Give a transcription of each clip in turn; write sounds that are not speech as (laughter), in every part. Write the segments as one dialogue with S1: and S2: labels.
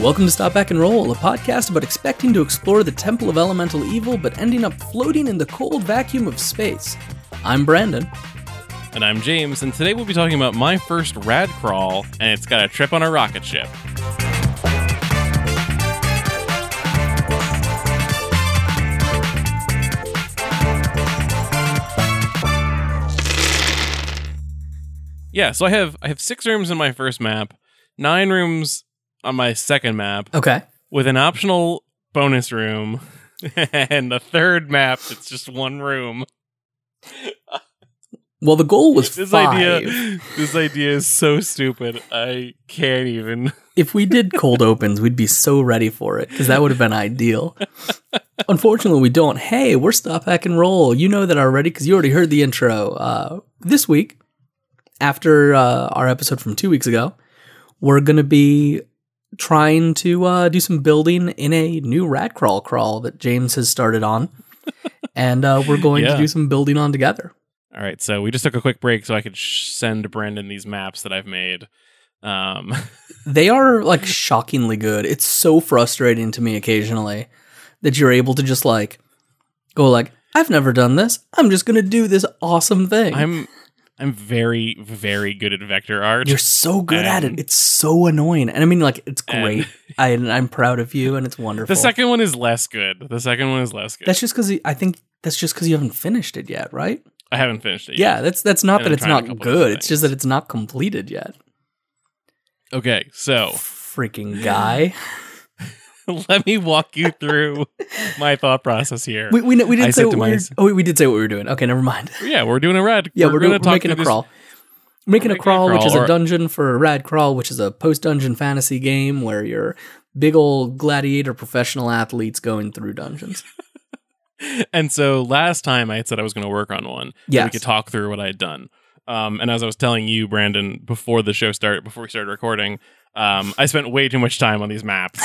S1: Welcome to Stop Back and Roll, a podcast about expecting to explore the temple of elemental evil but ending up floating in the cold vacuum of space. I'm Brandon.
S2: And I'm James, and today we'll be talking about my first rad crawl, and it's got a trip on a rocket ship. Yeah, so I have I have six rooms in my first map, nine rooms on my second map,
S1: Okay.
S2: with an optional bonus room (laughs) and the third map that's just one room.
S1: Well, the goal was
S2: This
S1: five.
S2: idea this idea is so stupid. I can't even.
S1: If we did cold opens, we'd be so ready for it because that would have been ideal. Unfortunately, we don't. Hey, we're Stop Back and Roll. You know that already because you already heard the intro. Uh, this week, after uh, our episode from two weeks ago, we're going to be trying to uh, do some building in a new rat crawl crawl that James has started on. and uh, we're going to
S2: Yeah.
S1: do some building on together.
S2: All right, so we just took a quick break so I could sh- send Brendan these maps that I've made.
S1: (laughs)
S2: Um,
S1: They are like shockingly good. It's so frustrating to me occasionally that you're able to just like go like I've never done this. I'm just going to do this awesome thing.
S2: I'm I'm very very good at vector art.
S1: you're so good at it.
S2: And-
S1: It's so annoying. And I mean like it's
S2: And- (laughs)
S1: great. I, I'm proud of you and it's wonderful.
S2: the second one is less good. The second one is less good.
S1: that's just cuz I think that's just cuz you haven't finished it yet, right?
S2: I haven't finished it.
S1: Yeah, that's that's not
S2: And
S1: that
S2: I'm
S1: it's
S2: trying a
S1: not
S2: couple different
S1: good. It's just that it's not completed yet.
S2: Yet. Okay,
S1: (laughs)
S2: so (laughs)
S1: Freaking guy.
S2: let me walk you through my thought process here.
S1: We we, we
S2: I
S1: didn't say
S2: said
S1: what
S2: to
S1: we were,
S2: mys-
S1: Oh, wait, we did say what we were doing. Okay, never mind.
S2: yeah, we're doing a rad.
S1: Yeah, we're,
S2: gonna
S1: doing, we're
S2: talk
S1: making
S2: through
S1: a
S2: this-
S1: crawl. We're making a
S2: making a
S1: crawl, which
S2: crawl,
S1: is a
S2: or-
S1: dungeon for Rad Crawl, which is a post dungeon fantasy game where you're big old gladiator professional athletes going through
S2: (laughs)
S1: dungeons.
S2: And so last time I had said I was going to work on one. so
S1: Yes.
S2: we could talk through what I had done. Um, and as I was telling you, Brandon, before the show started, before we started recording, um, I spent way too much time on these
S1: (laughs)
S2: maps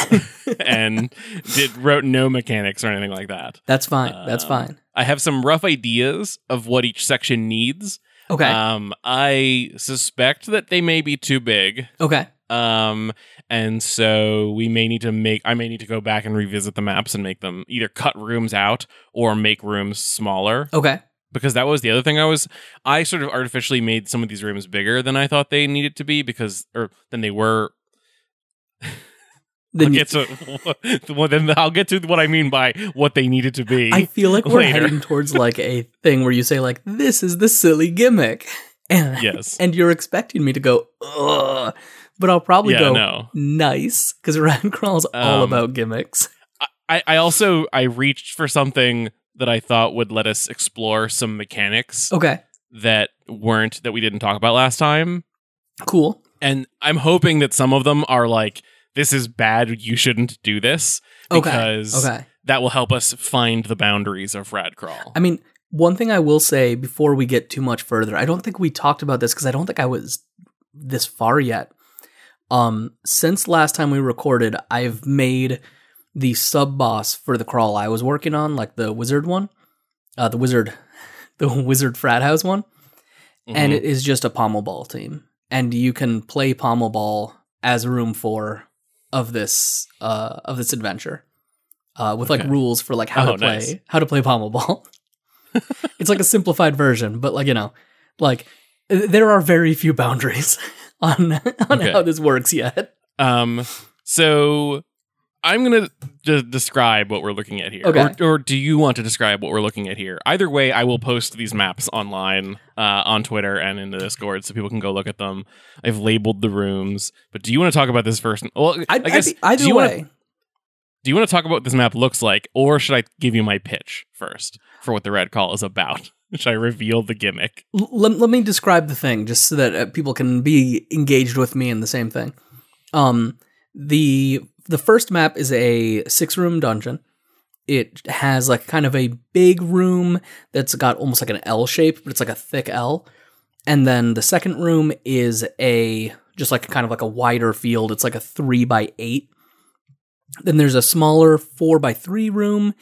S2: and did wrote no mechanics or anything like that.
S1: That's fine. That's
S2: Um,
S1: fine.
S2: I have some rough ideas of what each section needs.
S1: Okay.
S2: Um, I suspect that they may be too big.
S1: okay.
S2: Um, and so we may need to make I may need to go back and revisit the maps and make them either cut rooms out or make rooms smaller
S1: Okay.
S2: because that was the other thing I was I sort of artificially made some of these rooms bigger than I thought they needed to be because or than they were.
S1: Then
S2: I'll
S1: you-
S2: get to (laughs) well, then I'll get to what I mean by what they needed to be.
S1: I feel like we're
S2: later.
S1: heading towards like a thing where you say like, "This is the silly gimmick," (laughs) and
S2: yes.
S1: (laughs) and you're expecting me to go, "Ugh," but I'll probably
S2: yeah.
S1: go
S2: No.
S1: nice because Rad (laughs) Crawl's all
S2: Um,
S1: about gimmicks.
S2: I I also I reached for something that I thought would let us explore some mechanics
S1: Okay.
S2: that weren't that we didn't talk about last time.
S1: Cool.
S2: and I'm hoping that some of them are like, this is bad, you shouldn't do this,
S1: Okay.
S2: because
S1: Okay.
S2: that will help us find the boundaries of Rad Crawl.
S1: I mean, one thing I will say before we get too much further, I don't think we talked about this because I don't think I was this far yet. Um, since last time we recorded, I've made the sub boss for the crawl I was working on, like the wizard one, uh, the wizard, (laughs) the wizard frat house one, and
S2: Mm-hmm.
S1: it is just a pommel ball team, and you can play pommel ball as room four of this uh, of this adventure, uh, with like
S2: Okay.
S1: rules for like how
S2: Oh,
S1: to play
S2: nice.
S1: how to play pommel ball. (laughs) it's like a simplified version, but like you know, like th- there are very few boundaries (laughs) on on
S2: Okay.
S1: how this works yet.
S2: um, so I'm gonna d- describe what we're looking at here,
S1: Okay.
S2: or, or do you want to describe what we're looking at here? Either way, I will post these maps online uh, on Twitter and in the Discord, so people can go look at them. I've labeled the rooms, but do you want to talk about this first? Well, I,
S1: I'd,
S2: guess
S1: I'd be, either
S2: do you wanna-
S1: way,
S2: Do you want to talk about what this map looks like, or should I give you my pitch first for what the red call is about? (laughs) Should I reveal the gimmick?
S1: l- let, let me describe the thing just so that uh, people can be engaged with me in the same thing. Um, the the first map is a six room dungeon. It has like kind of a big room that's got almost like an L shape, but it's like a thick L. And then the second room is a just like kind of like a wider field. It's like a three by eight. Then there's a smaller four by three room,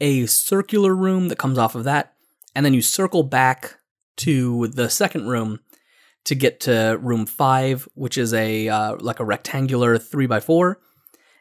S1: a circular room that comes off of that, and then you circle back to the second room to get to room five, which is a uh, like a rectangular three by four,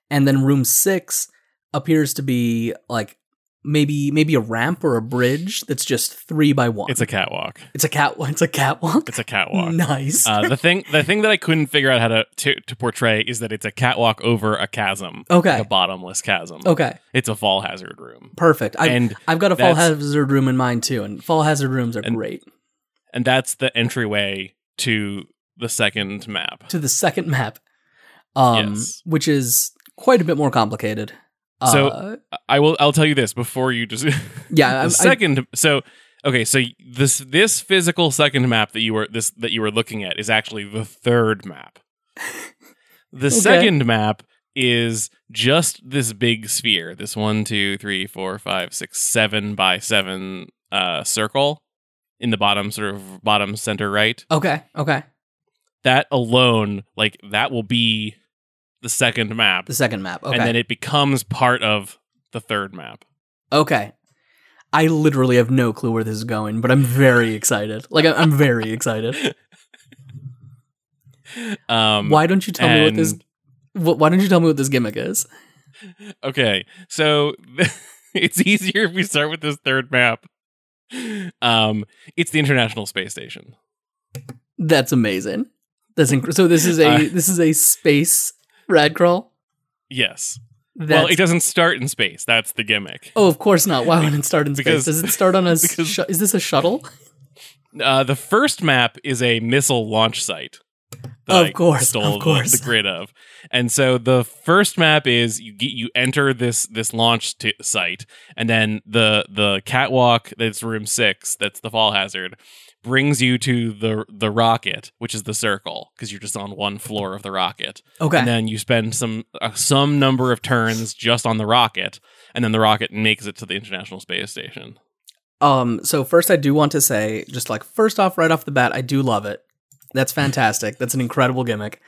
S1: and then room six appears to be like maybe maybe a ramp or a bridge that's just three by one.
S2: It's a catwalk.
S1: it's a cat. (laughs) It's a catwalk.
S2: It's a catwalk.
S1: Nice. (laughs)
S2: Uh, the thing, the thing that I couldn't figure out how to, to to portray is that it's a catwalk over a chasm,
S1: okay.
S2: a bottomless chasm.
S1: okay.
S2: It's a fall hazard room,
S1: Perfect. I,
S2: and
S1: I've got a fall
S2: that's-
S1: hazard room in mind too, and fall hazard rooms are
S2: And-
S1: great.
S2: and that's the entryway to the second map.
S1: To the second map, um,
S2: Yes.
S1: which is quite a bit more complicated.
S2: So-
S1: uh,
S2: I will. I'll tell you this before you just. (laughs)
S1: yeah, I-
S2: the
S1: I-
S2: second. so okay. So this this physical second map that you were this that you were looking at is actually the third map. The second map is just this big sphere. This one, two, three, four, five, six, seven by seven uh, circle in the bottom, sort of bottom center right.
S1: okay, okay,
S2: That alone, like that, will be the second map,
S1: the second map. Okay,
S2: and then it becomes part of the third map.
S1: okay. I literally have no clue where this is going, but I'm very excited. Like I- I'm very excited.
S2: Um,
S1: Why don't you tell me what this?
S2: and-
S1: wh- Why don't you tell me what this gimmick is?
S2: Okay, so (laughs) it's easier if we start with this third map. Um, it's the International Space Station.
S1: That's amazing. That's inc- so. This is a
S2: Uh,
S1: this is a space rad crawl.
S2: Yes.
S1: That's,
S2: well, it doesn't start in space. That's the gimmick.
S1: Oh, of course not. Why would it start in
S2: Because-
S1: space? Does it start
S2: (laughs)
S1: on a?
S2: because-
S1: shu- is this a shuttle?
S2: Uh, the first map is a missile launch site. that
S1: Of
S2: I
S1: course,
S2: stole
S1: of
S2: the-
S1: course.
S2: the grid of, and so the first map is you get you enter this this launch t- site, and then the the catwalk that's room six that's the fall hazard brings you to the the rocket, which is the circle because you're just on one floor of the rocket,
S1: Okay.
S2: and then you spend some uh, some number of turns just on the rocket, and then the rocket makes it to the International Space Station.
S1: um. So first, I do want to say, just like first off, right off the bat, I do love it. That's fantastic. That's an incredible gimmick.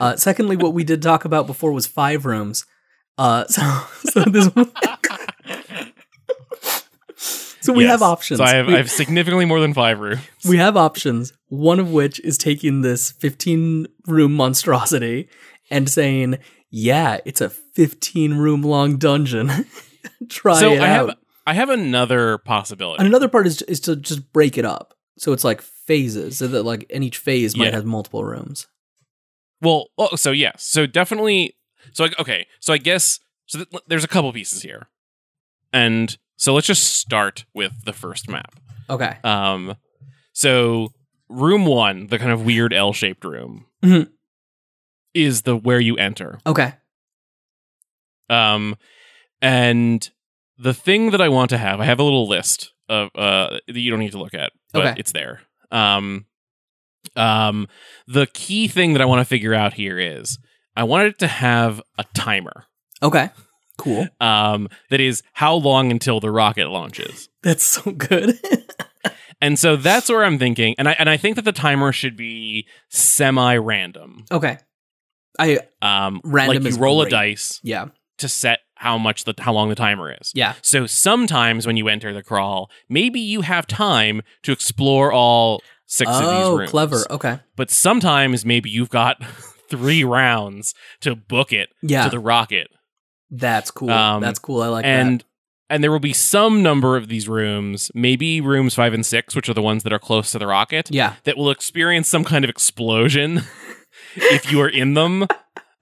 S1: Uh, secondly, what we did talk about before was five rooms. Uh, (laughs) so so this. (laughs) so we
S2: Yes.
S1: have options.
S2: So I have,
S1: we,
S2: I have significantly more than five rooms.
S1: we have options. One of which is taking this 15 room monstrosity and saying, "Yeah, it's a 15 room long dungeon. (laughs) Try
S2: so
S1: it
S2: I
S1: out."
S2: have I have another possibility.
S1: and another part is is to just break it up, so it's like phases, so that like in each phase might
S2: Yeah.
S1: have multiple rooms.
S2: well, oh, so yes, so definitely. So like, okay, so I guess so. Th- there's a couple pieces here, and so let's just start with the first map.
S1: Okay.
S2: Um, so room one, the kind of weird L-shaped room,
S1: Mhm.
S2: is the where you enter.
S1: Okay.
S2: Um, and the thing that I want to have, I have a little list of uh that you don't need to look at, but
S1: Okay.
S2: it's there. Um, um, the key thing that I want to figure out here is I wanted it to have a timer.
S1: Okay. Cool.
S2: (laughs) Um, that is how long until the rocket launches.
S1: That's so good.
S2: And so that's where I'm thinking, and I and I think that the timer should be semi-random.
S1: (laughs) okay. I
S2: Um,
S1: Random
S2: like
S1: is
S2: you roll
S1: great.
S2: a dice
S1: yeah.
S2: to set how much the how long the timer is.
S1: Yeah.
S2: So sometimes when you enter the crawl, maybe you have time to explore all six of these
S1: oh,
S2: rooms.
S1: clever. Okay.
S2: But sometimes maybe you've got (laughs) three rounds to book it
S1: Yeah.
S2: to the rocket.
S1: That's cool.
S2: Um,
S1: That's cool. I like
S2: and and there will be some number of these rooms, maybe rooms 5 and 6, which are the ones that are close to the rocket,
S1: that. Yeah.
S2: that will experience some kind of explosion (laughs) if you are in them.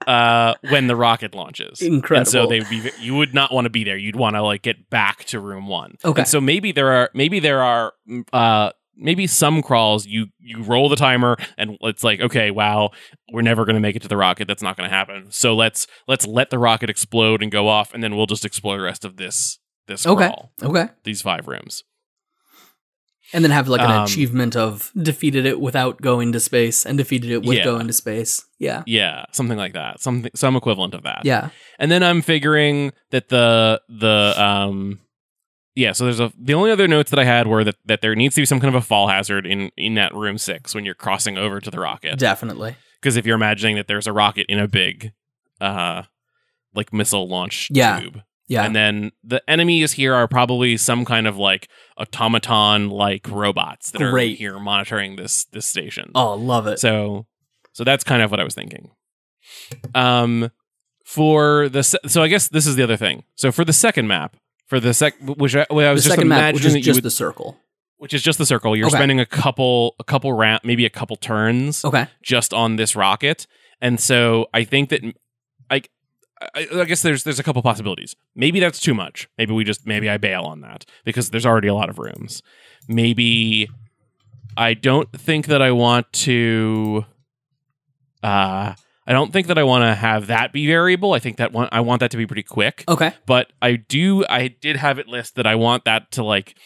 S2: Uh, when the rocket launches,
S1: Incredible.
S2: and so they would be, you would not want to be there. You'd want to like get back to room one.
S1: Okay.
S2: And so maybe there are maybe there are mm, uh maybe some crawls you you roll the timer and it's like okay wow we're never going to make it to the rocket that's not going to happen so let's let's let the rocket explode and go off and then we'll just explore the rest of this this
S1: Okay.
S2: crawl
S1: Okay.
S2: these five rooms
S1: And then have like an
S2: Um,
S1: achievement of defeated it without going to space and defeated it with
S2: Yeah.
S1: going to space. Yeah.
S2: yeah something like that something some equivalent of that
S1: Yeah.
S2: and then I'm figuring that the the um yeah, so there's a the only other notes that I had were that, that there needs to be some kind of a fall hazard in in that room six when you're crossing over to the rocket.
S1: Definitely.
S2: Because if you're imagining that there's a rocket in a big uh like missile launch
S1: Yeah.
S2: tube.
S1: Yeah.
S2: And then the enemies here are probably some kind of like automaton like robots that are
S1: Great.
S2: here monitoring this this station.
S1: oh, love it.
S2: So so that's kind of what I was thinking. Um for the se- so I guess this is the other thing. So for the second map, for the sec, which I, well, I
S1: The
S2: was just
S1: second
S2: imagining
S1: map, which is
S2: that you
S1: just
S2: would,
S1: the circle.
S2: which is just the circle. You're
S1: Okay.
S2: spending a couple, a couple round, maybe a couple turns
S1: Okay.
S2: just on this rocket. And so I think that I, I, I guess there's there's a couple possibilities. Maybe that's too much. Maybe we just maybe I bail on that because there's already a lot of rooms. Maybe I don't think that I want to. Uh, I don't think that I want to have that be variable. I think that one I want that to be pretty quick
S1: Okay.
S2: but I do I did have it list that I want that to like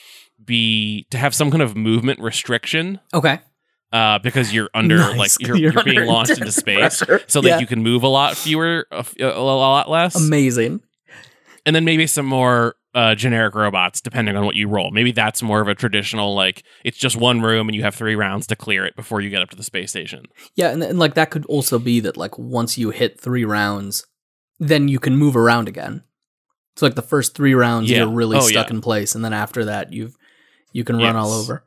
S2: be to have some kind of movement restriction
S1: Okay.
S2: uh because you're under
S1: Nice.
S2: like you're,
S1: You're
S2: you're, being
S1: under
S2: launched into
S1: (laughs) intense
S2: space
S1: pressure.
S2: so that
S1: Yeah.
S2: you can move a lot fewer a, f- a lot less
S1: Amazing.
S2: and then maybe some more uh generic robots depending on what you roll maybe that's more of a traditional like it's just one room and you have three rounds to clear it before you get up to the space station
S1: Yeah, and, and like that could also be that like once you hit three rounds, then you can move around again. So like the first three rounds,
S2: Yeah.
S1: you're really
S2: Oh,
S1: stuck
S2: yeah.
S1: in place, and then after that, you've you can run all
S2: Yes.
S1: over.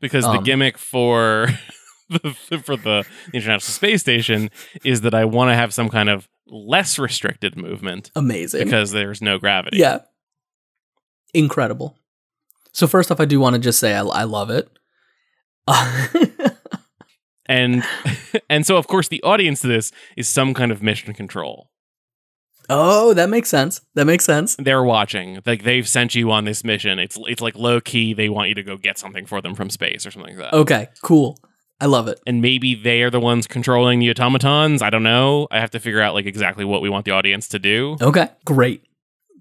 S2: because the
S1: Um,
S2: gimmick for (laughs) the, for the International Space Station is that I want to have some kind of less restricted movement
S1: Amazing.
S2: because there's no gravity.
S1: Yeah. Incredible. So first off, I do want to just say I, I love it. (laughs)
S2: And (laughs) and so of course the audience to this is some kind of mission control.
S1: oh, that makes sense. That makes sense.
S2: They're watching. Like they've sent you on this mission. It's it's like low key they want you to go get something for them from space or something like that.
S1: Okay, cool. I love it.
S2: And maybe they are the ones controlling the automatons. I don't know. I have to figure out like exactly what we want the audience to do.
S1: Okay, great.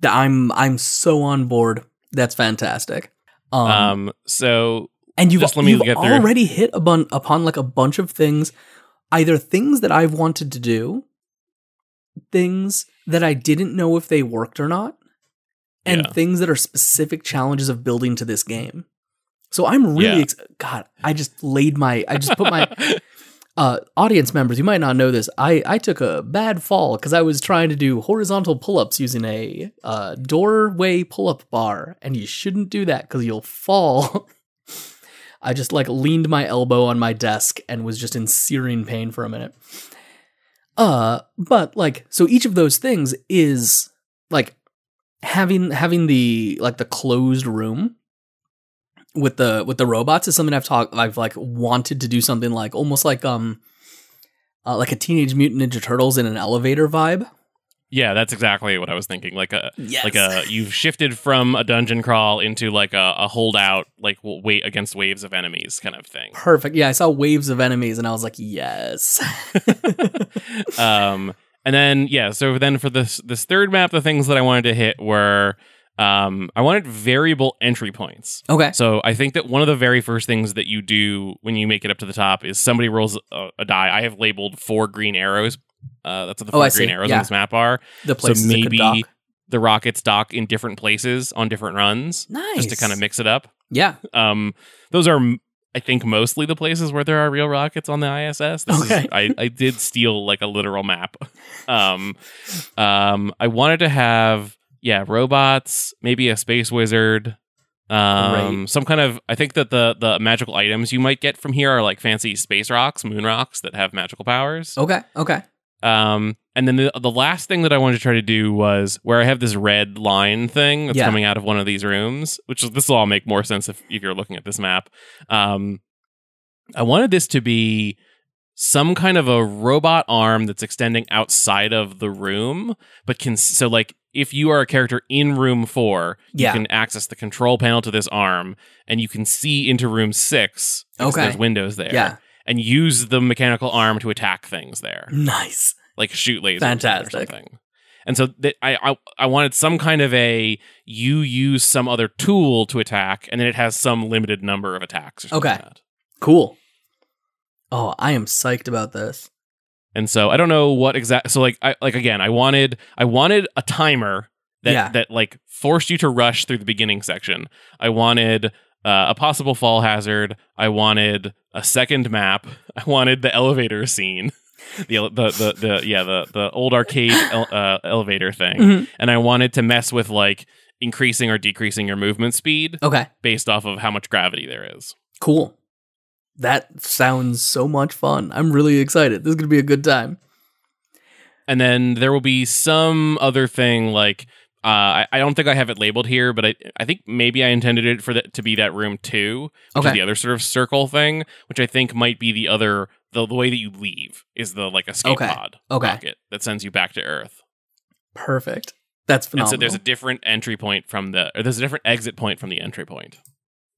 S1: I'm I'm so on board. That's fantastic. um
S2: Um so
S1: and you've,
S2: Just let me
S1: you've
S2: get through.
S1: already hit upon, upon like a bunch of things either things that i've wanted to do things that i didn't know if they worked or not and
S2: Yeah.
S1: things that are specific challenges of building to this game so i'm really
S2: Yeah.
S1: ex- god i just laid my i just put oh my uh, audience members you might not know this i i took a bad fall because i was trying to do horizontal pull-ups using a uh, doorway pull-up bar and you shouldn't do that because you'll fall (laughs) I just like leaned my elbow on my desk and was just in searing pain for a minute. Uh, but like so each of those things is like having having the like the closed room with the with the robots is something I've talked I've like wanted to do something like almost like um uh, like a teenage mutant ninja turtles in an elevator vibe.
S2: (laughs) Yeah, that's exactly what I was thinking. Like a
S1: Yes.
S2: like a you've shifted from a dungeon crawl into like a, a holdout, like w- wait against waves of enemies kind of thing.
S1: Perfect. Yeah, I saw waves of enemies and I was like,
S2: (laughs)
S1: yes. (laughs)
S2: um, and then yeah, so then for this this third map, the things that I wanted to hit were um, I wanted variable entry points.
S1: okay.
S2: So I think that one of the very first things that you do when you make it up to the top is somebody rolls a, a die. I have labeled four green arrows. Uh, that's what the
S1: Oh,
S2: four
S1: I
S2: green
S1: see.
S2: arrows
S1: Yeah.
S2: on this map are.
S1: The place
S2: so maybe
S1: could dock.
S2: the rockets dock in different places on different runs
S1: Nice.
S2: just to kind of mix it up
S1: Yeah.
S2: um those are m- i think mostly the places where there are real rockets on the iss this
S1: Okay.
S2: is, I, I did steal like a literal map um um i wanted to have yeah robots maybe a space wizard um some kind of i think that the the magical items you might get from here are like fancy space rocks moon rocks that have magical powers
S1: Okay. Okay.
S2: um, and then the, the last thing that I wanted to try to do was where I have this red line thing that's
S1: Yeah.
S2: coming out of one of these rooms, which is- this will all make more sense if, if you're looking at this map. Um, I wanted this to be some kind of a robot arm that's extending outside of the room, but can so like if you are a character in room four,
S1: Yeah.
S2: you can access the control panel to this arm, and you can see into room six. because
S1: Okay.
S2: there's windows there.
S1: Yeah.
S2: and use the mechanical arm to attack things there
S1: Nice.
S2: like shoot lasers
S1: Fantastic.
S2: or something. And so th- I, I I wanted some kind of a you use some other tool to attack, and then it has some limited number of attacks. Or something
S1: Okay.
S2: Like that.
S1: Cool. Oh, I am psyched about this.
S2: And so I don't know what exact. So like I like again, I wanted I wanted a timer that
S1: Yeah.
S2: that like forced you to rush through the beginning section. I wanted uh, a possible fall hazard. I wanted a second map. (laughs) I wanted the elevator scene. (laughs) The, ele- the the the yeah the the old
S1: (laughs)
S2: arcade el- uh, elevator thing.
S1: Mhm.
S2: and I wanted to mess with like increasing or decreasing your movement speed
S1: Okay.
S2: based off of how much gravity there is.
S1: Cool. That sounds so much fun. I'm really excited. This is going to be a good time.
S2: and then there will be some other thing like uh, I, I don't think I have it labeled here, but I, I think maybe I intended it for that to be that room two, which is
S1: Okay.
S2: the other sort of circle thing, which I think might be the other the, the way that you leave is the like escape
S1: Okay.
S2: pod
S1: Okay.
S2: rocket that sends you back to Earth.
S1: Perfect. That's phenomenal.
S2: And so there's a different entry point from the or there's a different exit point from the entry point.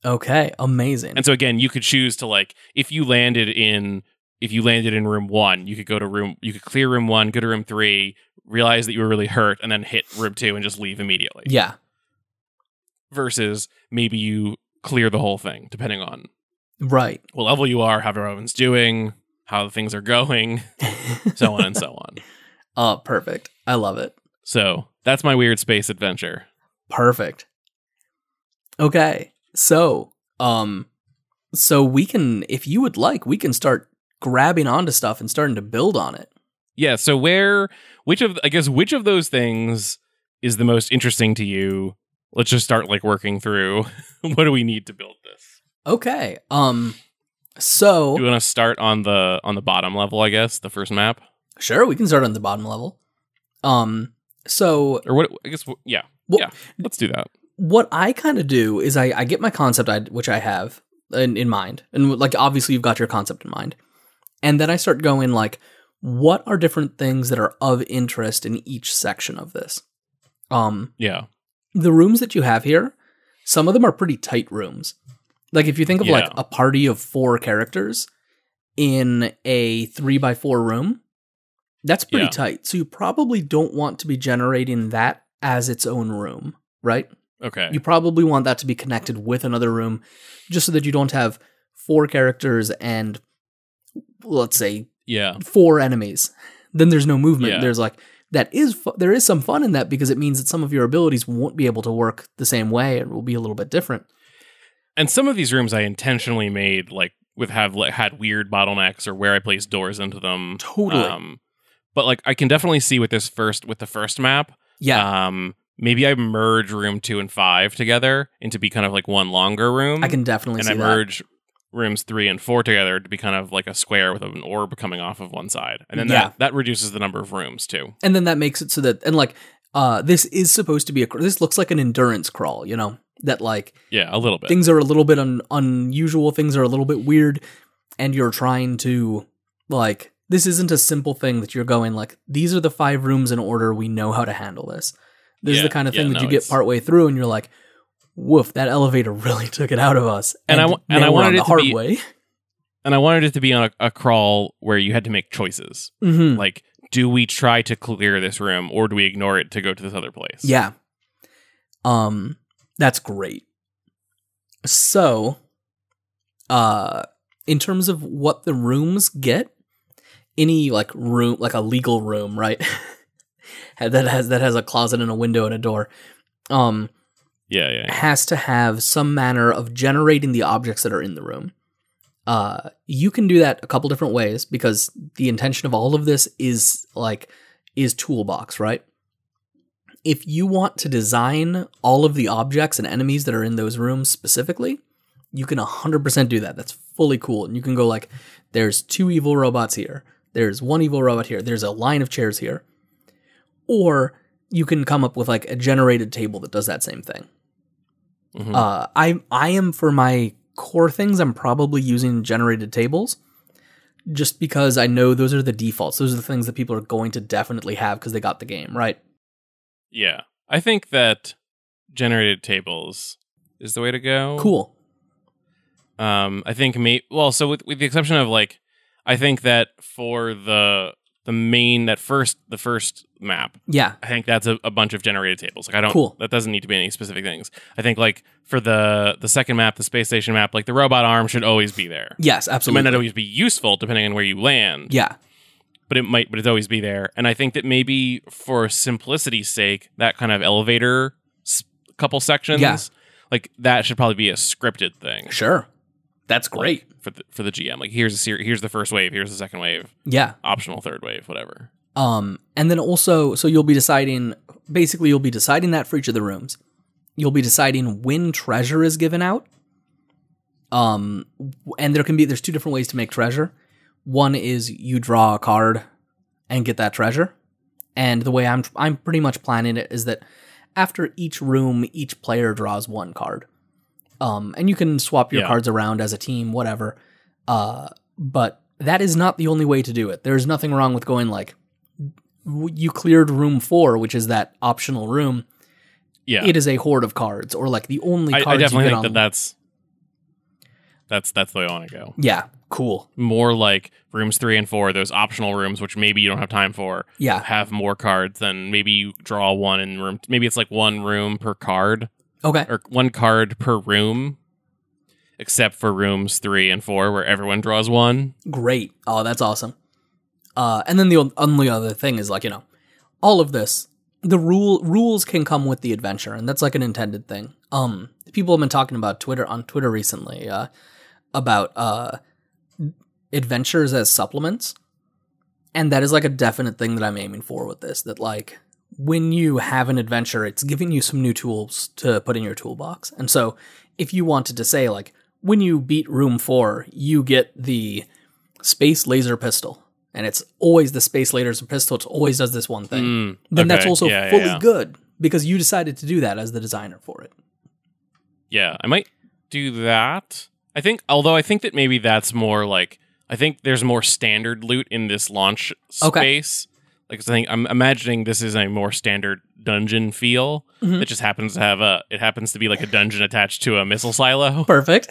S1: okay, amazing.
S2: And so again, you could choose to like if you landed in if you landed in room one, you could go to room you could clear room one, go to room three, realize that you were really hurt, and then hit room two and just leave immediately.
S1: yeah,
S2: Versus maybe you clear the whole thing, depending on
S1: right.
S2: what level you are, how everyone's doing, how things are going, (laughs) (laughs) so on and so on.
S1: Oh, perfect. I love it.
S2: So that's my weird space adventure.
S1: Perfect. Okay. So, um so we can if you would like, we can start grabbing onto stuff and starting to build on it.
S2: Yeah. So where, which of, I guess, which of those things is the most interesting to you? Let's just start like working through. (laughs) what do we need to build this?
S1: Okay. Um so
S2: Do you want to start on the on the bottom level? I guess the first map,
S1: sure, we can start on the bottom level. Um so
S2: or what? I guess. wh- Yeah.
S1: Well-
S2: yeah. Let's do that.
S1: what I kind of do is I, I get my concept I, which I have in, in mind, and like obviously you've got your concept in mind, and then I start going like, what are different things that are of interest in each section of this? Um,
S2: Yeah.
S1: the rooms that you have here, some of them are pretty tight rooms. Like if you think of like
S2: Yeah.
S1: a party of four characters in a three by four room, that's pretty
S2: Yeah.
S1: tight. So you probably don't want to be generating that as its own room, right?
S2: Okay.
S1: You probably want that to be connected with another room just so that you don't have four characters and let's say
S2: yeah.
S1: four enemies. Then there's no movement.
S2: Yeah.
S1: There's like that is fu- there is some fun in that because it means that some of your abilities won't be able to work the same way and will be a little bit different.
S2: And some of these rooms I intentionally made like with have like, had weird bottlenecks or where I placed doors into them.
S1: Totally.
S2: Um, but like I can definitely see with this first with the first map
S1: yeah.
S2: Um, maybe I merge room two and five together into be kind of like one longer room.
S1: I can definitely
S2: Um, and
S1: see
S2: I merge rooms three and four together to be kind of like a square with an orb coming off of one side, and then
S1: Yeah.
S2: that that reduces the number of rooms too.
S1: that. And then that makes it so that and like uh this is supposed to be a cr- this looks like an endurance crawl, you know, that like
S2: Yeah, a little bit.
S1: things are a little bit un- unusual, things are a little bit weird, and you're trying to like this isn't a simple thing that you're going like these are the five rooms in order we know how to handle this. This is
S2: Yeah,
S1: the kind of
S2: yeah,
S1: thing that
S2: no,
S1: you get
S2: it's-
S1: partway through and you're like, woof, that elevator (laughs) really took it out of us.
S2: And I wa- and
S1: now
S2: I
S1: we're
S2: wanted
S1: on the
S2: it to
S1: hard
S2: be-
S1: way. (laughs)
S2: and I wanted it to be on a, a crawl where you had to make choices,
S1: hmm
S2: like. Do we try to clear this room or do we ignore it to go to this other place?
S1: Yeah. Um that's great. So uh in terms of what the rooms get, any like room like a legal room, right? (laughs) that has that has a closet and a window and a door. Um
S2: Yeah, yeah. yeah.
S1: has to have some manner of generating the objects that are in the room. Uh, you can do that a couple different ways because the intention of all of this is like is toolbox, right? If you want to design all of the objects and enemies that are in those rooms specifically, you can 100% do that. That's fully cool. And you can go like, there's two evil robots here. There's one evil robot here. There's a line of chairs here. Or you can come up with like a generated table that does that same thing.
S2: Mhm.
S1: Uh, I I am for my core things. I'm probably using generated tables, just because I know those are the defaults. Those are the things that people are going to definitely have because they got the game right.
S2: yeah. I think that generated tables is the way to go.
S1: Cool.
S2: Um, I think me well, so with with the exception of like, I think that for the the main that first the first map,
S1: Yeah.
S2: I think that's a, a bunch of generated tables. Like I don't
S1: Cool.
S2: that doesn't need to be any specific things. I think like for the the second map, the space station map, like the robot arm should always be there.
S1: Yes.
S2: It might
S1: Absolutely.
S2: not always be useful depending on where you land,
S1: yeah.
S2: but it might, but it's always be there. And I think that maybe for simplicity's sake, that kind of elevator s- couple sections,
S1: Yeah.
S2: like that should probably be a scripted thing
S1: Sure. That's
S2: like,
S1: great.
S2: for the for the GM. Like here's a ser- here's the first wave, here's the second wave,
S1: Yeah.
S2: optional third wave, whatever.
S1: Um, and then also, so you'll be deciding, basically, you'll be deciding that for each of the rooms. You'll be deciding when treasure is given out. Um, w- and there can be, there's two different ways to make treasure. One is you draw a card and get that treasure, And the way I'm I'm pretty much planning it is that after each room, each player draws one card. Um, and you can swap your
S2: Yeah.
S1: cards around as a team, whatever. Uh, but that is not the only way to do it. There's nothing wrong with going like w- you cleared room four, which is that optional room.
S2: Yeah,
S1: It is a horde of cards, or like the only
S2: I,
S1: cards
S2: I definitely
S1: you
S2: think
S1: get
S2: that
S1: on.
S2: that's that's that's the way I want to go.
S1: yeah, cool.
S2: More like rooms three and four, those optional rooms, which maybe you don't have time for,
S1: Yeah.
S2: have more cards than maybe you draw one in room. Maybe it's like one room per card
S1: Okay.
S2: or one card per room, except for rooms three and four where everyone draws one.
S1: Great. Oh, that's awesome. Uh, and then the on- only other thing is like you know, all of this. The rule rules can come with the adventure, and that's like an intended thing. Um, people have been talking about Twitter on Twitter recently uh, about uh, adventures as supplements, and that is like a definite thing that I'm aiming for with this. That like when you have an adventure, it's giving you some new tools to put in your toolbox, and so if you wanted to say like when you beat room four, you get the space laser pistol and it's always the space laser pistol it always does this one thing
S2: Mm,
S1: then that's
S2: okay.
S1: also
S2: Yeah, yeah,
S1: fully
S2: yeah.
S1: good because you decided to do that as the designer for it
S2: Yeah, I might do that. I think, although I think that maybe that's more like I think there's more standard loot in this launch
S1: Okay.
S2: space. Like 'cause I think I'm imagining this is a more standard dungeon feel
S1: Mhm.
S2: that just happens to have a it happens to be like a dungeon attached to a
S1: (laughs)
S2: missile silo,
S1: perfect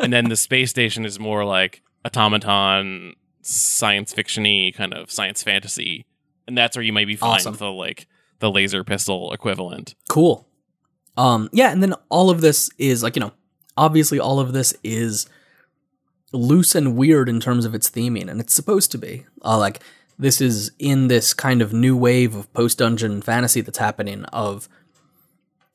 S2: and then the space station is more like automaton science fictiony kind of science fantasy, and that's where you maybe find
S1: Awesome.
S2: the like the laser pistol equivalent.
S1: cool um yeah and then all of this is like you know obviously all of this is loose and weird in terms of its theming and it's supposed to be uh, like this is in this kind of new wave of post dungeon fantasy that's happening of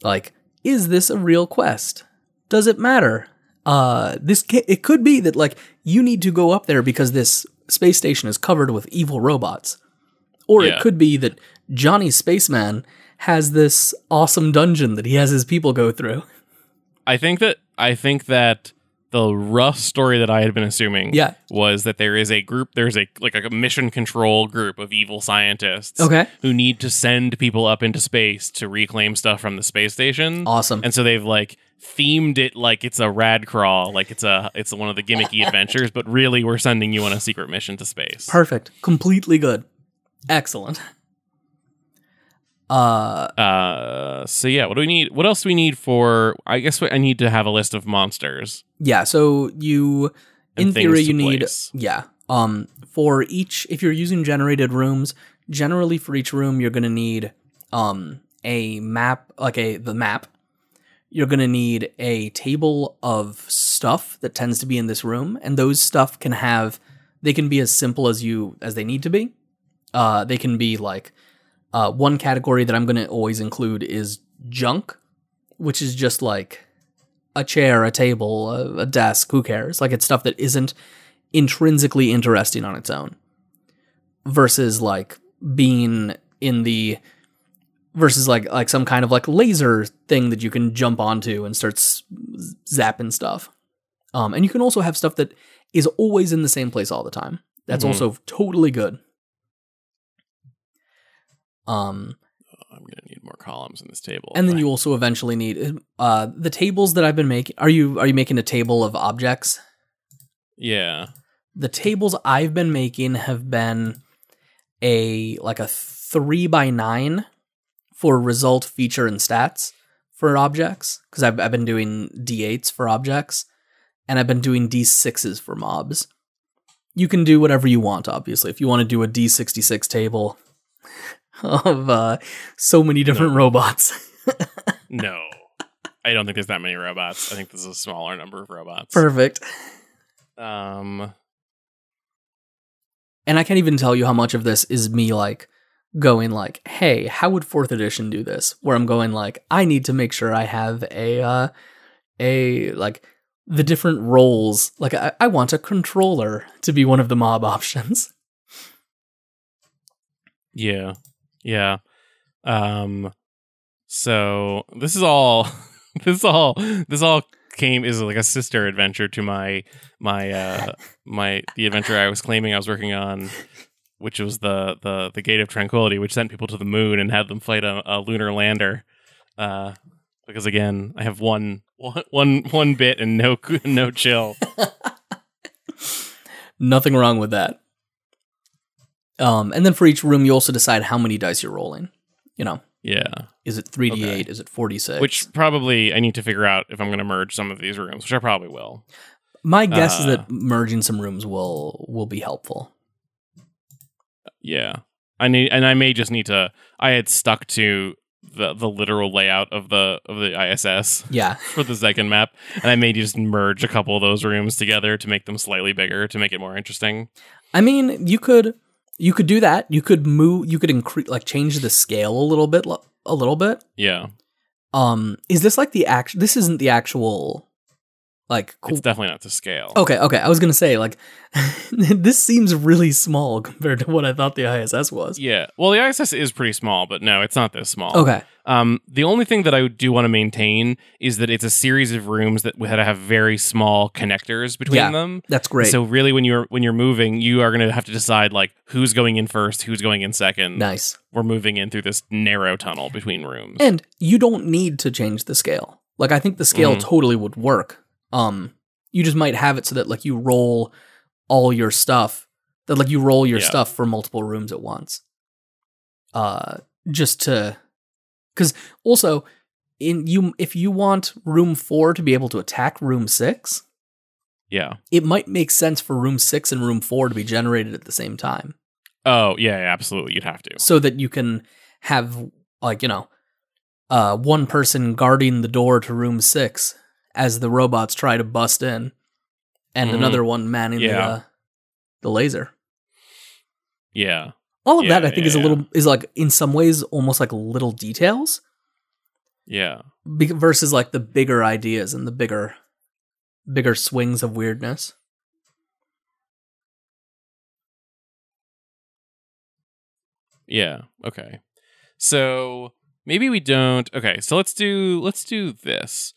S1: like is this a real quest does it matter uh this ca- it could be that like you need to go up there because this space station is covered with evil robots or it
S2: Yeah.
S1: could be that johnny spaceman has this awesome dungeon that he has his people go through
S2: I think that I think that the rough story that I had been assuming
S1: Yeah.
S2: was that there is a group there's a like a mission control group of evil scientists
S1: Okay.
S2: who need to send people up into space to reclaim stuff from the space station.
S1: awesome
S2: And so they've like themed it like it's a rad crawl, like it's a it's one of the
S1: (laughs)
S2: gimmicky adventures, but really we're sending you on a secret mission to space.
S1: perfect completely good excellent uh
S2: uh so yeah, what do we need? What else do we need for I guess what I need to have a list of monsters.
S1: yeah so you
S2: And
S1: in
S2: things
S1: theory
S2: to
S1: you need
S2: place.
S1: yeah um for each if you're using generated rooms generally for each room you're going to need um a map like a the map you're going to need a table of stuff that tends to be in this room and those stuff can have they can be as simple as you as they need to be uh they can be like uh one category that i'm going to always include is junk which is just like a chair, a table, a, a desk, who cares? Like it's stuff that isn't intrinsically interesting on its own versus like being in the versus like like some kind of like laser thing that you can jump onto and start s- zapping stuff. Um and you can also have stuff that is always in the same place all the time. That's
S2: Mhm.
S1: also totally good. Um
S2: I'm going to need more columns in this table.
S1: and then
S2: I
S1: you also eventually need uh, the tables that I've been making. Are you are you making a table of objects?
S2: Yeah.
S1: The tables I've been making have been a like a three by nine for result, feature, and stats for objects because I've I've been doing d8s for objects, and I've been doing d6s for mobs. You can do whatever you want, obviously. If you want to do a d66 table (laughs) of uh, so many different robots. (laughs)
S2: No. I don't think there's that many robots. I think this is a smaller number of robots.
S1: Perfect.
S2: um
S1: and I can't even tell you how much of this is me like going like, "Hey, how would fourth edition do this?" Where I'm going like, "I need to make sure I have a uh, a like the different roles. Like, I, I want a controller to be one of the mob (laughs) options."
S2: yeah. Yeah. Um so this is all (laughs) this all this all came is like a sister adventure to my my uh my the adventure I was claiming I was working on which was the the the Gate of Tranquility, which sent people to the moon and had them fight a, a lunar lander. Uh, because again, I have one one one one bit and no (laughs) no chill.
S1: Nothing wrong with that. Um, and then for each room, you also decide how many dice you're rolling. You know,
S2: Yeah,
S1: is it 3d8?
S2: Okay.
S1: Is it 46?
S2: which probably I need to figure out if I'm going to merge some of these rooms, which I probably will.
S1: my guess is
S2: uh,
S1: that merging some rooms will will be helpful.
S2: Yeah, I need, and I may just need to. I had stuck to the the literal layout of the of the ISS
S1: Yeah,
S2: (laughs) for the second map, and I may just merge a couple of those rooms together to make them slightly bigger to make it more interesting.
S1: I mean, you could you could do that. You could move. You could increase like change the scale a little bit. lo- A little bit.
S2: Yeah,
S1: Um, is this like the act? This isn't the actual like cool Oh.
S2: it's definitely not to scale.
S1: Okay, okay. I was gonna say like (laughs) this seems really small compared to what I thought the ISS was.
S2: Yeah. Well, the ISS is pretty small, but no, it's not this small.
S1: Okay,
S2: Um, the only thing that I do want to maintain is that it's a series of rooms that had to have very small connectors between
S1: Yeah.
S2: them.
S1: that's great.
S2: So really, when you're when you're moving, you are going to have to decide like who's going in first, who's going in second.
S1: nice.
S2: We're moving in through this narrow tunnel between rooms.
S1: And you don't need to change the scale. Like I think the scale
S2: Mhm.
S1: totally would work. Um, you just might have it so that like you roll all your stuff that like you roll your
S2: Yeah.
S1: stuff for multiple rooms at once. Uh, just to because also in you if you want room four to be able to attack room six,
S2: yeah.
S1: it might make sense for room six and room four to be generated at the same time
S2: Oh yeah, yeah, absolutely. You'd have to.
S1: so that you can have like you know uh one person guarding the door to room six as the robots try to bust in and
S2: Mhm.
S1: another one manning the
S2: Yeah.
S1: uh, the laser
S2: Yeah.
S1: all of that
S2: Yeah,
S1: i think
S2: yeah,
S1: is a
S2: yeah.
S1: little is like in some ways almost like little details
S2: Yeah.
S1: be- versus like the bigger ideas and the bigger bigger swings of weirdness
S2: Yeah. Okay. So maybe we don't. Okay. So let's do let's do this.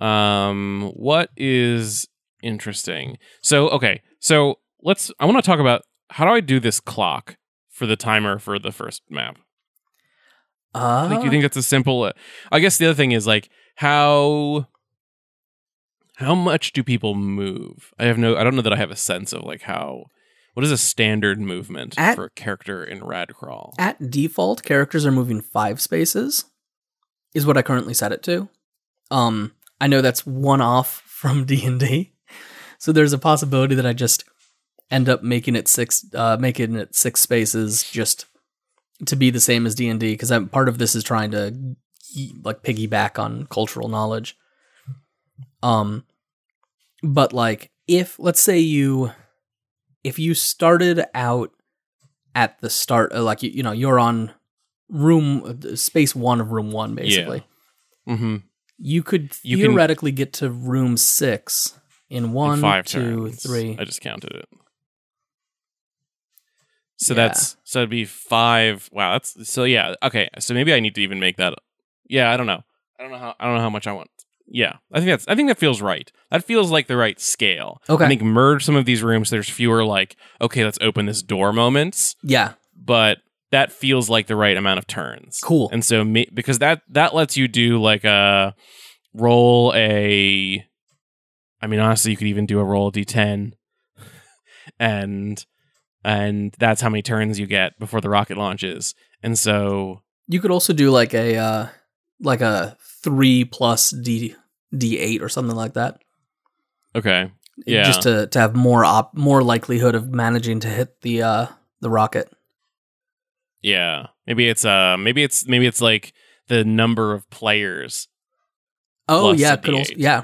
S2: Um what is interesting? So okay. So let's I want to talk about how do I do this clock for the timer for the first map?
S1: uh
S2: Like you think that's a simple uh, I guess the other thing is like how how much do people move? I have no I don't know that I have a sense of like how what is a standard movement
S1: At-
S2: for a character in Radcrawl?
S1: At default, characters are moving five spaces, is what I currently set it to. Um, I know that's one off (laughs) from D and D, so there's a possibility that I just end up making it six, uh, making it six spaces just to be the same as D and D because I'm part of this is trying to y- like piggyback on cultural knowledge. Um, but like if let's say you if you started out at the start uh, like you, you know you're on room uh, space one of room one basically
S2: mm-hmm.
S1: you could
S2: You can-
S1: theoretically get to room six in
S2: in
S1: one, two, three.
S2: five turns. I just counted it. So
S1: Yeah.
S2: that's so it'd be five. Wow, that's so yeah. Okay, so maybe I need to even make that. Yeah, I don't know. I don't know how. I don't know how much I want. Yeah, I think that's. I think that feels right. That feels like the right scale.
S1: Okay.
S2: I think merge some of these rooms. There's fewer like okay, let's open this door moments,
S1: yeah,
S2: but that feels like the right amount of turns.
S1: Cool.
S2: And so me because that that lets you do like a roll a I mean honestly you could even do a roll d d10 (laughs) and and that's how many turns you get before the rocket launches. And so
S1: you could also do like a uh, like a three plus d d eight or something like that.
S2: okay. Yeah.
S1: just to to have more op more likelihood of managing to hit the uh the rocket.
S2: Yeah. Maybe it's uh maybe it's maybe it's like the number of players
S1: Oh
S2: Plus
S1: yeah,
S2: a
S1: it could also
S2: D8.
S1: yeah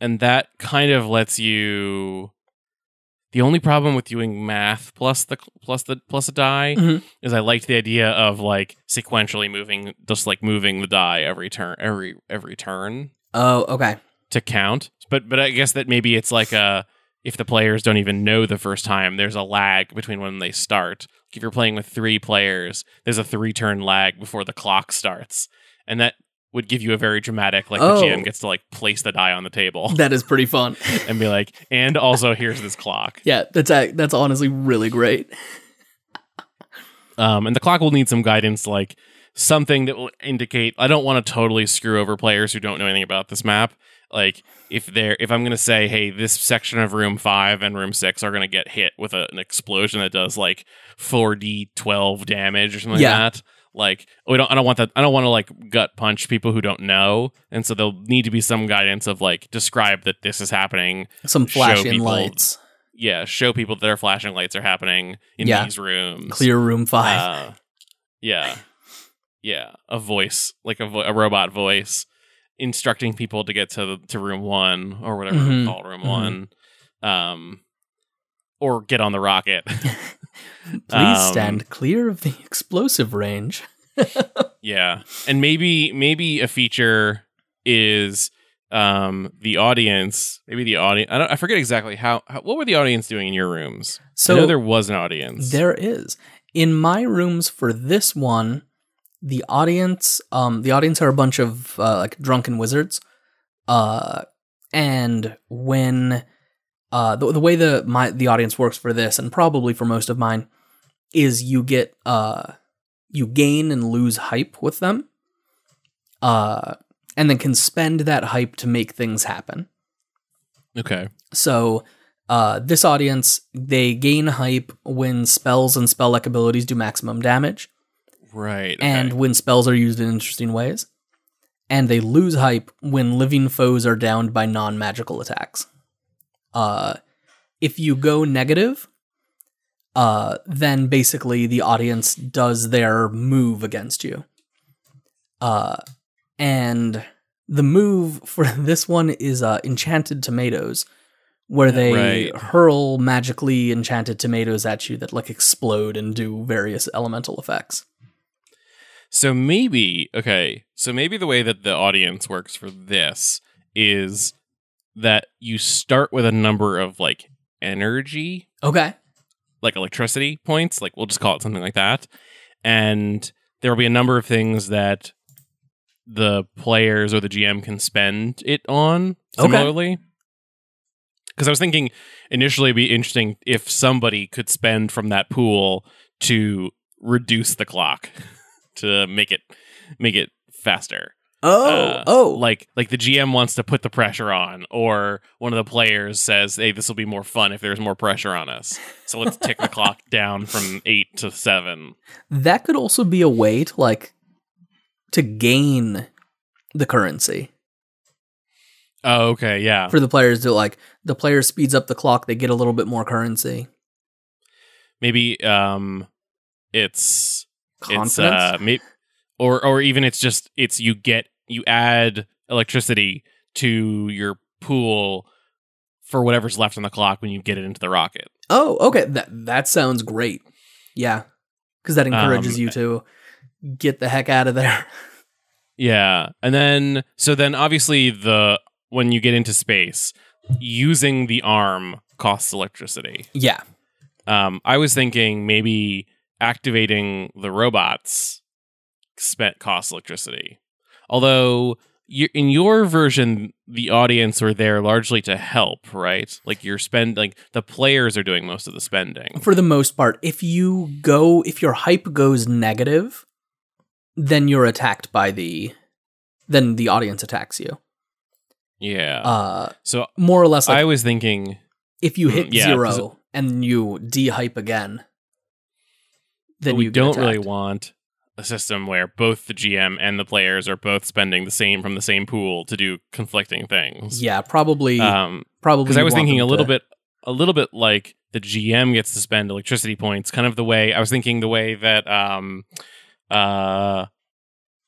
S2: and that kind of lets you the only problem with doing math plus the plus the plus a die
S1: Mhm.
S2: is i liked the idea of like sequentially moving just like moving the die every turn every every turn
S1: oh
S2: (laughs)
S1: okay
S2: to count but but i guess that maybe it's like a if the players don't even know the first time there's a lag between when they start if you're playing with three players there's a three turn lag before the clock starts and that would give you a very dramatic like
S1: Oh.
S2: the gm gets to like place the die on the table
S1: that is pretty fun.
S2: and be like, and also here's this clock.
S1: yeah, that's a- that's honestly really great.
S2: Um, and the clock will need some guidance, like something that will indicate. I don't want to totally screw over players who don't know anything about this map. Like if they're if I'm going to say, hey, this section of room five and room six are going to get hit with a, an explosion that does like 4d 12 damage or something
S1: Yeah.
S2: like that. Like we don't. I don't want that. I don't want to like gut punch people who don't know. And so there'll need to be some guidance of like describe that this is happening
S1: Some
S2: Show
S1: flashing
S2: people
S1: lights,
S2: yeah, show people that their flashing lights are happening in
S1: Yeah.
S2: these rooms.
S1: clear room five.
S2: Uh, yeah, yeah, a voice like a, vo- a robot voice instructing people to get to to room one or whatever
S1: Mhm,
S2: we call room
S1: mhm.
S2: one, um, or get on the rocket. (laughs)
S1: (laughs) Please
S2: Uh, um,
S1: stand clear of the (laughs) explosive range.
S2: Yeah. And maybe maybe a feature is um the audience, maybe the audience. I don't I forget exactly how, how what were the audience doing in your rooms?
S1: So
S2: I know there was an audience.
S1: There is. In my rooms for this one, the audience, um, the audience are a bunch of uh, like drunken wizards, uh, and when uh, the, the way the my the audience works for this, and probably for most of mine, is you get uh, you gain and lose hype with them, uh, and then can spend that hype to make things happen.
S2: okay.
S1: So, uh, this audience, they gain hype when spells and spell like abilities do maximum damage,
S2: Right.
S1: and
S2: okay.
S1: when spells are used in interesting ways. And they lose hype when living foes are downed by non magical attacks. Uh, if you go negative, uh, then basically the audience does their move against you. Uh, and the move for (laughs) this one is uh, Enchanted Tomatoes, where they
S2: Right.
S1: hurl magically enchanted tomatoes at you that like explode and do various elemental effects.
S2: So maybe okay. So maybe the way that the audience works for this is that you start with a number of like energy,
S1: Okay.
S2: like electricity points, like we'll just call it something like that. And there will be a number of things that the players or the GM can spend it on
S1: Okay.
S2: similarly. Because I was thinking initially it'd be interesting if somebody could spend from that pool to reduce the clock (laughs) to make it make it faster
S1: Oh,
S2: Uh,
S1: oh,
S2: like like the GM wants to put the pressure on, or one of the players says, "Hey, this will be more fun if there's more pressure on us." So let's tick the (laughs) clock down from eight to seven.
S1: that could also be a way to like to gain the currency
S2: Oh, okay, yeah,
S1: for the players to like the player speeds up the clock, they get a little bit more currency.
S2: maybe um, it's
S1: Confidence.
S2: it's uh, may- or or even it's just it's you get you add electricity to your pool for whatever's left on the clock when you get it into the rocket.
S1: oh, okay. That that sounds great. Yeah. Cuz that encourages
S2: Um,
S1: you to get the heck out of there. (laughs)
S2: Yeah. And then so then obviously the when you get into space, using the arm costs electricity.
S1: yeah.
S2: Um I was thinking maybe activating the robots spent costs electricity. Although you, in your version the audience were there largely to help, right? Like you're spend like the players are doing most of the spending.
S1: For the most part, if you go if your hype goes negative, then you're attacked by the then the audience attacks you.
S2: Yeah.
S1: Uh
S2: so
S1: more or less like
S2: I was thinking
S1: if you
S2: Mm,
S1: hit
S2: yeah, 'cause-
S1: zero and you dehype again, then
S2: but we
S1: you get
S2: don't really
S1: attacked.
S2: want a system where both the GM and the players are both spending the same from the same pool to do conflicting things.
S1: Yeah, probably.
S2: Um,
S1: probably.
S2: because I
S1: you
S2: was
S1: want
S2: thinking a
S1: them
S2: little
S1: to-
S2: bit, a little bit like the GM gets to spend electricity points, kind of the way I was thinking the way that, um, uh,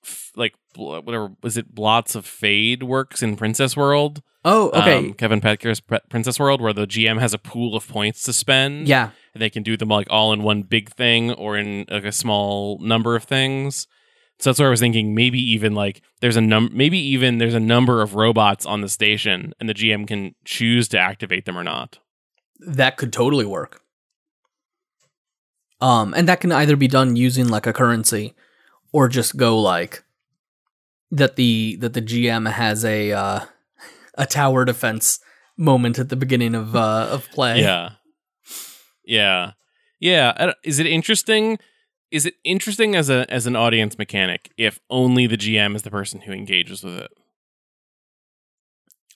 S2: f- like bl- whatever was it, Blots of Fade works in Princess World.
S1: Oh, okay.
S2: um, Kevin Petker's Pr- Princess World, where the GM has a pool of points to spend
S1: yeah,
S2: and they can do them like all in one big thing or in like a small number of things. So that's where I was thinking maybe even like there's a num maybe even there's a number of robots on the station and the GM can choose to activate them or not.
S1: that could totally work. Um, and that can either be done using like a currency, or just go like that the that the GM has a uh, a tower defense moment at the beginning of uh, of play.
S2: Yeah. Yeah. Yeah, I don't- is it interesting? is it interesting as a as an audience mechanic if only the GM is the person who engages with it?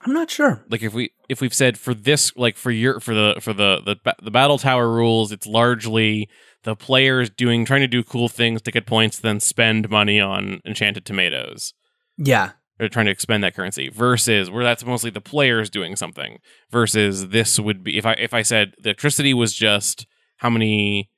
S1: I'm not sure.
S2: Like if we if we've said for this like for your for the for the the ba- the battle tower rules, it's largely the players doing trying to do cool things to get points, then spend money on enchanted tomatoes.
S1: Yeah.
S2: They're trying to expend that currency versus where that's mostly the players doing something versus this would be if I if I said the electricity was just how many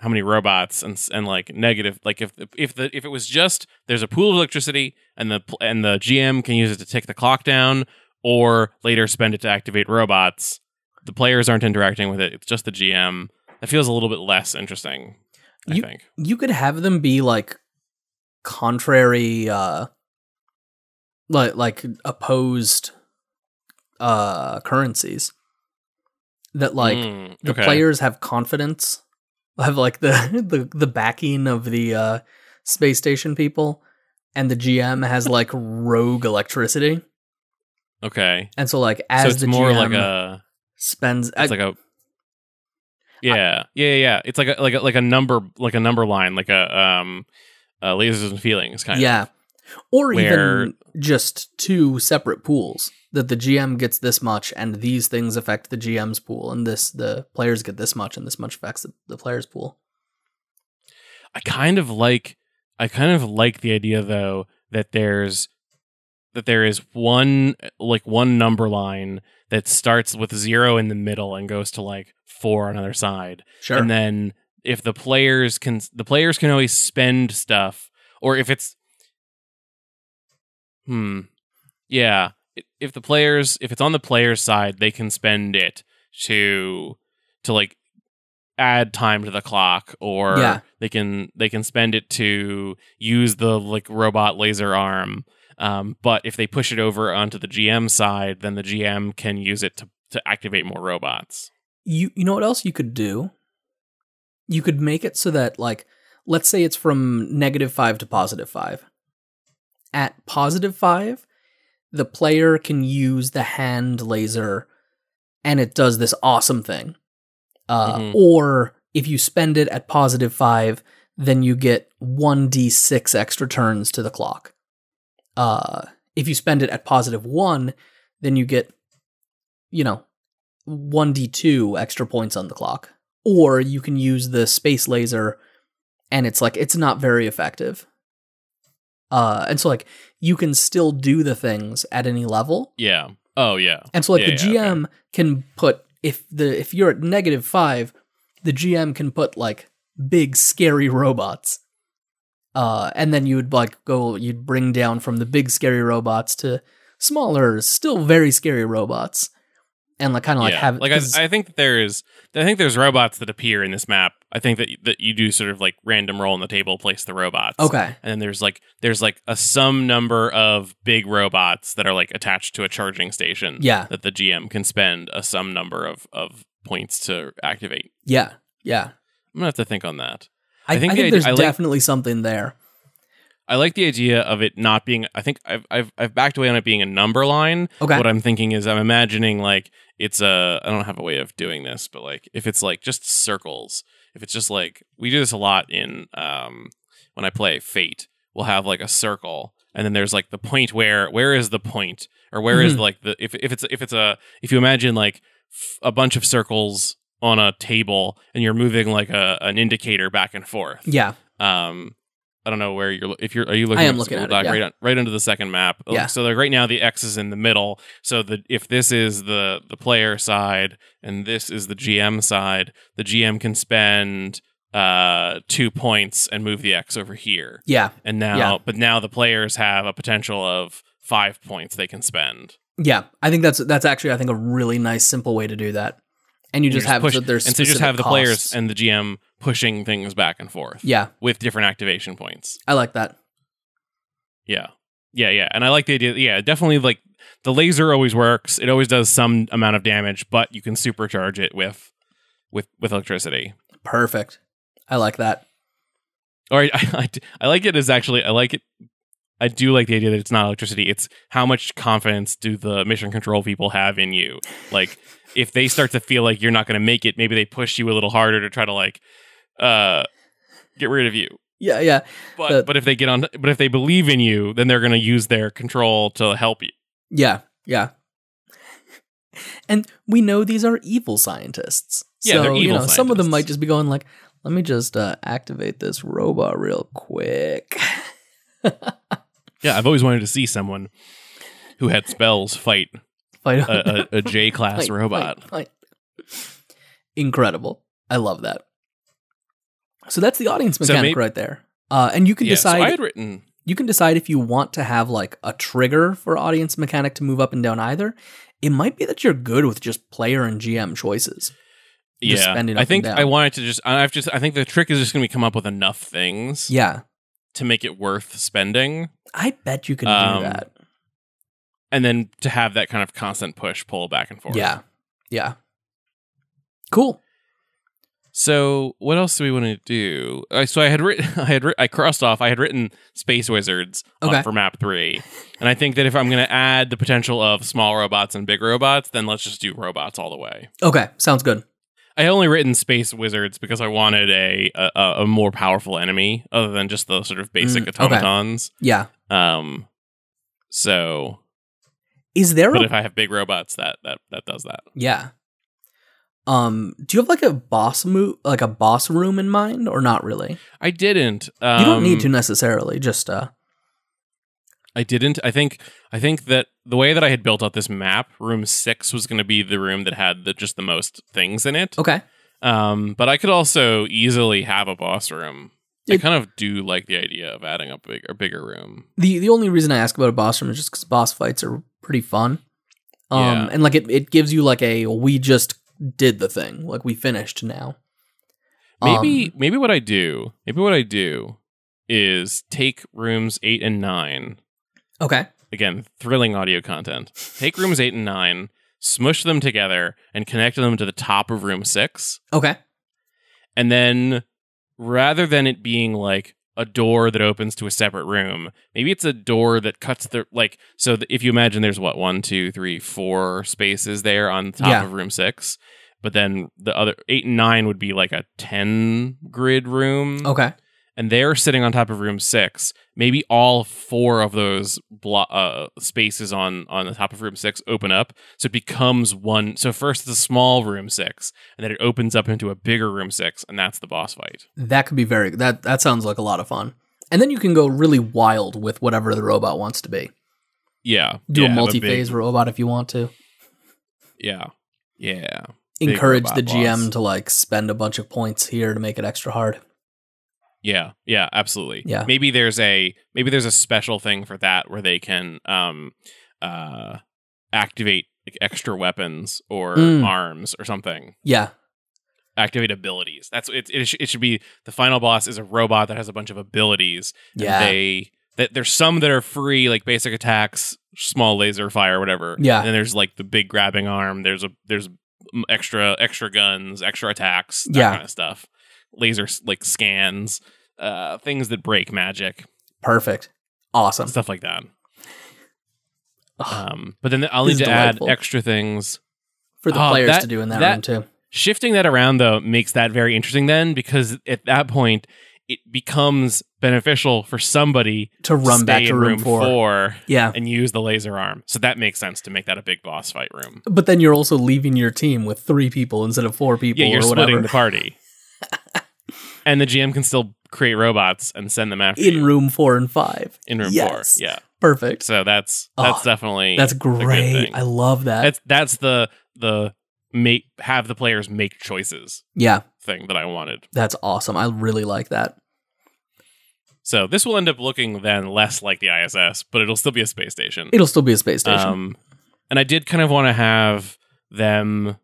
S2: how many robots and s- and like negative like if if the if it was just there's a pool of electricity and the pl- and the GM can use it to tick the clock down or later spend it to activate robots the players aren't interacting with it it's just the GM that feels a little bit less interesting I think
S1: You could have them be like contrary uh like like opposed uh currencies that like
S2: Mm,
S1: the
S2: okay.
S1: players have confidence have like the, (laughs) the the backing of the uh space station people and the gm has like rogue electricity
S2: okay
S1: and so like
S2: so
S1: as
S2: it's
S1: the
S2: more
S1: gm
S2: like a
S1: spends uh,
S2: it's like a yeah, yeah, yeah, yeah. It's like a like a like a number like a number line, like a um, uh, lasers and feelings kind of.
S1: yeah or
S2: where-
S1: even just two separate pools that the gm gets this much and these things affect the gm's pool and this the players get this much and this much affects the, the players pool
S2: I kind of like I kind of like the idea though that there's that there is one like one number line that starts with zero in the middle and goes to like four on either side.
S1: sure
S2: and then if the players can the players can always spend stuff or if it's hmm yeah I- if the players if it's on the player's side they can spend it to to like add time to the clock or
S1: Yeah.
S2: they can they can spend it to use the like robot laser arm um, but if they push it over onto the GM side then the GM can use it to to activate more robots
S1: you you know what else you could do you could make it so that like let's say it's from negative 5 to positive 5 at positive 5 the player can use the hand laser and it does this awesome thing uh,
S2: Mhm.
S1: or if you spend it at positive 5 then you get 1d6 extra turns to the clock uh, if you spend it at positive 1 then you get you know 1d2 extra points on the clock. Or you can use the space laser and it's like it's not very effective. Uh and so like you can still do the things at any level.
S2: yeah oh yeah
S1: And so like
S2: Yeah,
S1: the
S2: yeah,
S1: GM can put if the if you're at negative 5, the GM can put like big scary robots. Uh and then you would like go you'd bring down from the big scary robots to smaller still very scary robots. And like kind of like
S2: yeah.
S1: have
S2: like I,
S1: 'cause-
S2: I think that there is I think there's robots that appear in this map. I think that that you do sort of like random roll on the table, place the robots.
S1: Okay.
S2: And then there's like there's like a sum number of big robots that are like attached to a charging station.
S1: Yeah.
S2: That the GM can spend a sum number of of points to activate.
S1: Yeah. Yeah.
S2: I'm gonna have to think on that.
S1: I,
S2: I
S1: I think,
S2: think the idea-
S1: there's
S2: I like-
S1: definitely something there.
S2: I like the idea of it not being. I think I've I've, I've backed away on it being a number line.
S1: Okay.
S2: What I'm thinking is I'm imagining like it's a. I don't have a way of doing this, but like if it's like just circles, if it's just like we do this a lot in um when I play Fate, we'll have like a circle, and then there's like the point where where is the point or where is
S1: Mhm.
S2: like the if if it's if it's a if you imagine like f- a bunch of circles on a table and you're moving like a an indicator back and forth.
S1: yeah.
S2: Um, I don't know where you're. lo- If you're, are you looking?
S1: I am
S2: this
S1: looking at
S2: Google
S1: it,
S2: Doc? Right, on, right under the second map. Oh,
S1: Yeah.
S2: So like right now the X is in the middle. So the if this is the the player side and this is the GM side, the GM can spend uh two points and move the X over here.
S1: Yeah.
S2: And now,
S1: Yeah.
S2: but now the players have a potential of five points they can spend.
S1: Yeah. I think that's that's actually I think a really nice simple way to do that. And you just have
S2: push,
S1: so there's
S2: and so you just
S1: specific
S2: have the players
S1: costs.
S2: and the GM pushing things back and forth
S1: yeah,
S2: with different activation points.
S1: I like that.
S2: Yeah. Yeah, yeah. And I like the idea. Yeah, definitely like the laser always works. It always does some amount of damage, but you can supercharge it with with with electricity.
S1: Perfect. I like that.
S2: Or I, (laughs) I, I like it as actually I like it I do like the idea that it's not electricity. It's how much confidence do the mission control people have in you? Like if they start to feel like you're not going to make it, maybe they push you a little harder to try to like uh get rid of you.
S1: Yeah, yeah.
S2: But
S1: The-
S2: but if they get on, but if they believe in you, then they're gonna use their control to help you.
S1: Yeah, yeah. (laughs) And we know these are evil scientists.
S2: Yeah, they're
S1: so, you know,
S2: evil
S1: some of them
S2: scientists.
S1: might just be going like, let me just uh, activate this robot real quick. (laughs)
S2: Yeah, I've always wanted to see someone
S1: (laughs)
S2: who had spells fight
S1: Fight
S2: a, a, a J class
S1: Fight,
S2: robot.
S1: fight, fight. Incredible. I love that. So that's the audience
S2: So
S1: mechanic
S2: maybe-
S1: right there. Uh, and you can
S2: Yeah, so I
S1: decide
S2: had written
S1: you can decide if you want to have like a trigger for audience mechanic to move up and down either. It might be that you're good with just player and GM choices.
S2: yeah.
S1: Just spend it up
S2: I
S1: and
S2: think
S1: down.
S2: I wanted to just I've just I think the trick is just gonna be come up with enough things
S1: Yeah.
S2: to make it worth spending,
S1: I bet you can
S2: Um,
S1: do that.
S2: and then to have that kind of constant push pull back and forth.
S1: Yeah. Yeah. Cool.
S2: So what else do we want to do? Uh, so I had written, I had writ- (laughs) I crossed off. I had written space wizards on-
S1: Okay.
S2: for map three, and I think that if I'm going to add the potential of small robots and big robots, then let's just do robots all the way.
S1: Okay. Sounds good.
S2: I had only written space wizards because I wanted a a- a, a more powerful enemy other than just the sort of basic
S1: Mm, okay.
S2: automatons.
S1: Yeah.
S2: Um, so
S1: Is there
S2: but
S1: a
S2: if I have big robots, that that that does that.
S1: Yeah. Um, do you have like a boss move, like a boss room in mind, or not really?
S2: I didn't. Um,
S1: you don't need to necessarily. Just uh,
S2: I didn't. I think I think that the way that I had built out this map, room six was going to be the room that had the, just the most things in it.
S1: okay.
S2: Um, but I could also easily have a boss room. I
S1: It-
S2: kind of do like the idea of adding a big a bigger room.
S1: the The only reason I ask about a boss room is just because boss fights are pretty fun. Um,
S2: Yeah.
S1: and like it, it gives you like a we just did the thing, like we finished now.
S2: Maybe
S1: Um,
S2: maybe what I do maybe what I do is take rooms eight and nine
S1: okay.
S2: again thrilling audio content. Take rooms eight and nine, smush them together, and connect them to the top of room six.
S1: Okay.
S2: And then rather than it being like a door that opens to a separate room, maybe it's a door that cuts the like so th- if you imagine there's what one, two, three, four spaces there on top
S1: Yeah.
S2: of room six. But then the other eight and nine would be like a ten grid room.
S1: Okay.
S2: And they're sitting on top of room six. Maybe all four of those blo- uh, spaces on on the top of room six open up, so it becomes one. So first it's a small room six, and then it opens up into a bigger room six, and that's the boss fight.
S1: That could be very. That that sounds like a lot of fun. And then you can go really wild with whatever the robot wants to be.
S2: Yeah,
S1: Do
S2: yeah,
S1: a
S2: have big-
S1: multi-phase robot if you want to.
S2: Yeah, yeah. Big
S1: Encourage the
S2: robot
S1: GM
S2: boss.
S1: to like spend a bunch of points here to make it extra hard.
S2: Yeah, yeah, absolutely.
S1: Yeah.
S2: Maybe there's a maybe there's a special thing for that where they can um uh activate like, extra weapons or
S1: Mm.
S2: arms or something.
S1: Yeah.
S2: Activate abilities. That's it. It, sh- it should be the final boss is a robot that has a bunch of abilities. and
S1: Yeah.
S2: They that there's some that are free like basic attacks, small laser fire, whatever.
S1: Yeah.
S2: And then there's like the big grabbing arm. There's a there's mm, extra extra guns, extra attacks, that
S1: Yeah.
S2: kind of stuff. Laser s- like scans, uh, things that break magic,
S1: Perfect. Awesome.
S2: stuff like that.
S1: Ugh,
S2: Um, but then I'll
S1: This
S2: need
S1: is
S2: to
S1: delightful.
S2: add extra things.
S1: for the
S2: oh,
S1: players
S2: that-
S1: to do in that,
S2: that-
S1: room too.
S2: Shifting that around though makes that very interesting then because at that point it becomes beneficial for somebody
S1: To run
S2: stay
S1: back to
S2: in
S1: room, four.
S2: four
S1: Yeah.
S2: and use the laser arm. So that makes sense to make that a big boss fight room.
S1: But then you're also leaving your team with three people instead of four people
S2: Yeah, you're
S1: or
S2: splitting
S1: whatever. (laughs)
S2: the party. and the GM can still create robots and send them after
S1: (laughs) in
S2: you
S1: room four and five.
S2: in room
S1: yes.
S2: four. Yeah.
S1: Perfect.
S2: So that's
S1: Oh,
S2: that's definitely
S1: That's
S2: good
S1: great.
S2: thing.
S1: I love that.
S2: that's that's the the make have the players make choices
S1: yeah,
S2: thing that I wanted.
S1: that's awesome. I really like that.
S2: So this will end up looking then less like the ISS, but it'll still be a space station.
S1: It'll still be a space station.
S2: Um, and I did kind of want to have them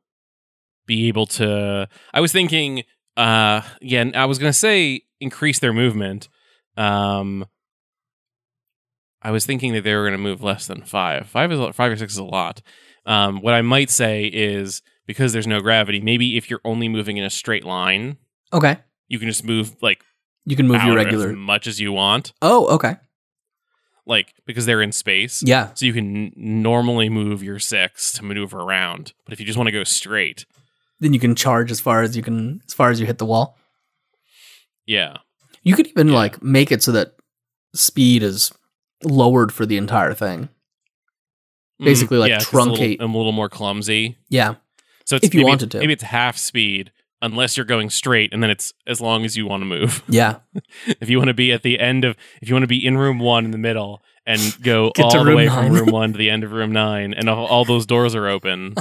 S2: be able to. I was thinking, uh, yeah, and I was gonna say increase their movement. Um, I was thinking that they were gonna move less than five. Five is a- five or six is a lot. Um, what I might say is because there's no gravity. Maybe if you're only moving in a straight line,
S1: okay.
S2: you can just move like
S1: You can move your
S2: out
S1: regular.
S2: as much as you want,
S1: Oh, okay.
S2: like because they're in space.
S1: Yeah.
S2: So you can n- normally move your six to maneuver around, but if you just want to go straight,
S1: Then you can charge as far as you can, as far as you hit the wall.
S2: yeah.
S1: You could even
S2: Yeah.
S1: like make it so that speed is lowered for the entire thing. Basically, like,
S2: Mm, 'cause it's a little-
S1: truncate.
S2: I'm a little more clumsy.
S1: Yeah.
S2: So it's,
S1: If you
S2: maybe,
S1: wanted to.
S2: maybe it's half speed unless you're going straight, and then it's as long as you want to move. (laughs)
S1: Yeah.
S2: if you want to be at the end of, if you want to be in room one in the middle
S1: (laughs)
S2: and go
S1: Get to
S2: all the
S1: room
S2: way
S1: nine.
S2: from room one to the end of room nine, and all, all those doors are
S1: (laughs)
S2: open,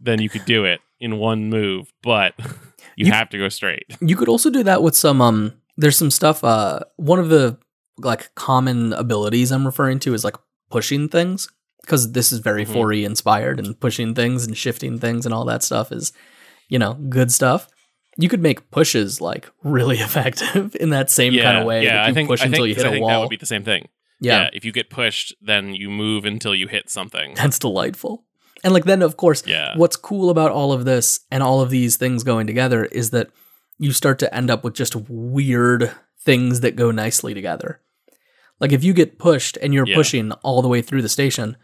S2: then you could do it in one move. But (laughs) you,
S1: You-
S2: have to go straight.
S1: You could also do that with some um there's some stuff uh one of the like common abilities I'm referring to is like pushing things because this is very
S2: Mhm.
S1: 4E inspired and pushing things and shifting things and all that stuff is you know good stuff. You could make pushes like (laughs) really effective in that same kind of way.
S2: Yeah,
S1: that you
S2: I think
S1: push
S2: I
S1: until
S2: think-
S1: you
S2: 'cause
S1: hit
S2: I
S1: a
S2: think That
S1: wall.
S2: would be the same thing.
S1: yeah.
S2: If you get pushed, then you move until you hit
S1: (laughs)
S2: something.
S1: That's delightful. And like then of course
S2: Yeah.
S1: what's cool about all of this and all of these things going together is that you start to end up with just weird things that go nicely together. Like if you get pushed and you're
S2: Yeah.
S1: pushing all the way through the station,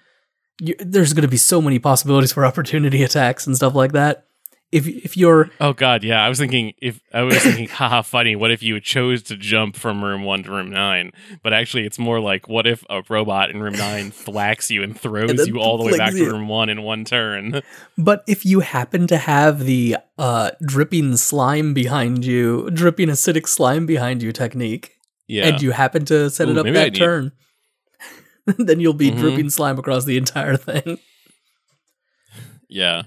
S1: you, there's going to be so many possibilities for (laughs) opportunity attacks and stuff like that. If if you're
S2: Oh god, yeah. I was thinking if I was thinking, (laughs) haha, funny. What if you chose to jump from room one to room nine? But actually, it's more like, what if a robot in room
S1: (laughs)
S2: nine thwacks you and throws
S1: And then
S2: you all the way back
S1: flings
S2: to
S1: you.
S2: room one in one turn? (laughs)
S1: but if you happen to have the uh dripping slime behind you, dripping acidic slime behind you technique,
S2: Yeah,
S1: and you happen to set it
S2: Ooh,
S1: up
S2: maybe I
S1: that
S2: need-
S1: turn, (laughs) then you'll be
S2: Mhm.
S1: dripping slime across the entire
S2: (laughs)
S1: thing.
S2: yeah,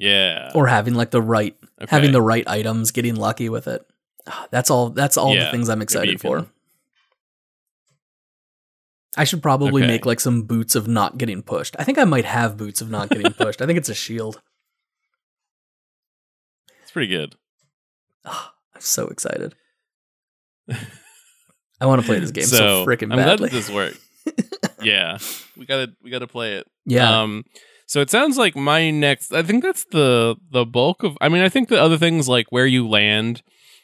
S2: yeah.
S1: Or having like the right,
S2: Okay.
S1: having the right items, getting lucky with it. Ah, That's all. That's all the
S2: Yeah,
S1: things I'm
S2: you
S1: excited
S2: can-
S1: for. I should probably
S2: Okay.
S1: make like some boots of not getting pushed. I think I might have boots of not getting pushed. I think it's a shield.
S2: it's pretty good.
S1: Ah, I'm so
S2: (laughs)
S1: excited. I want to play this game so, freaking
S2: I'm glad
S1: badly.
S2: that this
S1: (laughs)
S2: worked. yeah, we gotta we gotta play it.
S1: yeah,
S2: Um, so it sounds like my next. I think that's the the bulk of. I mean, I think the other things like where you land,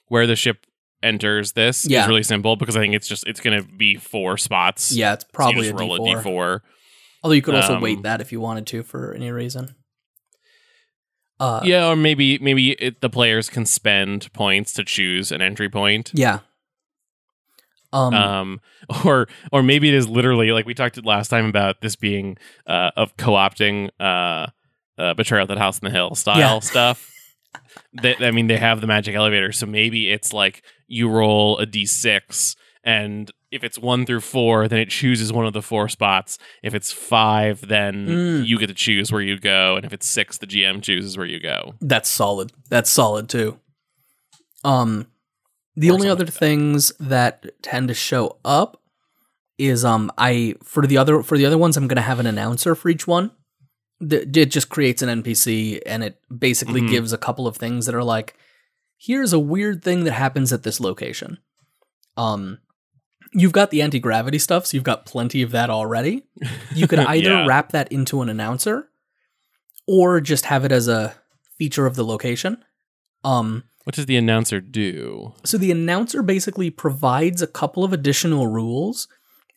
S2: where the ship enters. This
S1: Yeah.
S2: is really simple because I think it's just it's going to be four spots.
S1: yeah, it's
S2: So you
S1: probably
S2: just
S1: a,
S2: roll
S1: D4.
S2: a d4.
S1: Although you could also
S2: Um,
S1: wait that if you wanted to for any reason. Uh, yeah.
S2: yeah, or maybe maybe it, the players can spend points to choose an entry point.
S1: Um,
S2: um (laughs) or or maybe it is literally like we talked last time about this being uh of co-opting uh, uh betrayal at the house in the hill style
S1: Yeah. (laughs)
S2: stuff they, i mean they have the magic elevator so maybe it's like you roll a d6 and if it's one through four then it chooses one of the four spots if it's five then
S1: Mm.
S2: you get to choose where you go and if it's six the gm chooses where you go
S1: that's solid. That's solid too. Um, the
S2: Or
S1: only
S2: something
S1: other
S2: like that.
S1: things that tend to show up is um I for the other for the other ones I'm gonna have an announcer for each one. The- It just creates an NPC and it basically
S2: Mhm.
S1: gives a couple of things that are like, here's a weird thing that happens at this location. Um, you've got the anti gravity stuff, so you've got plenty of that already. You could either
S2: (laughs) Yeah.
S1: wrap that into an announcer, or just have it as a feature of the location. Um,
S2: what does the announcer do
S1: so the announcer basically provides a couple of additional rules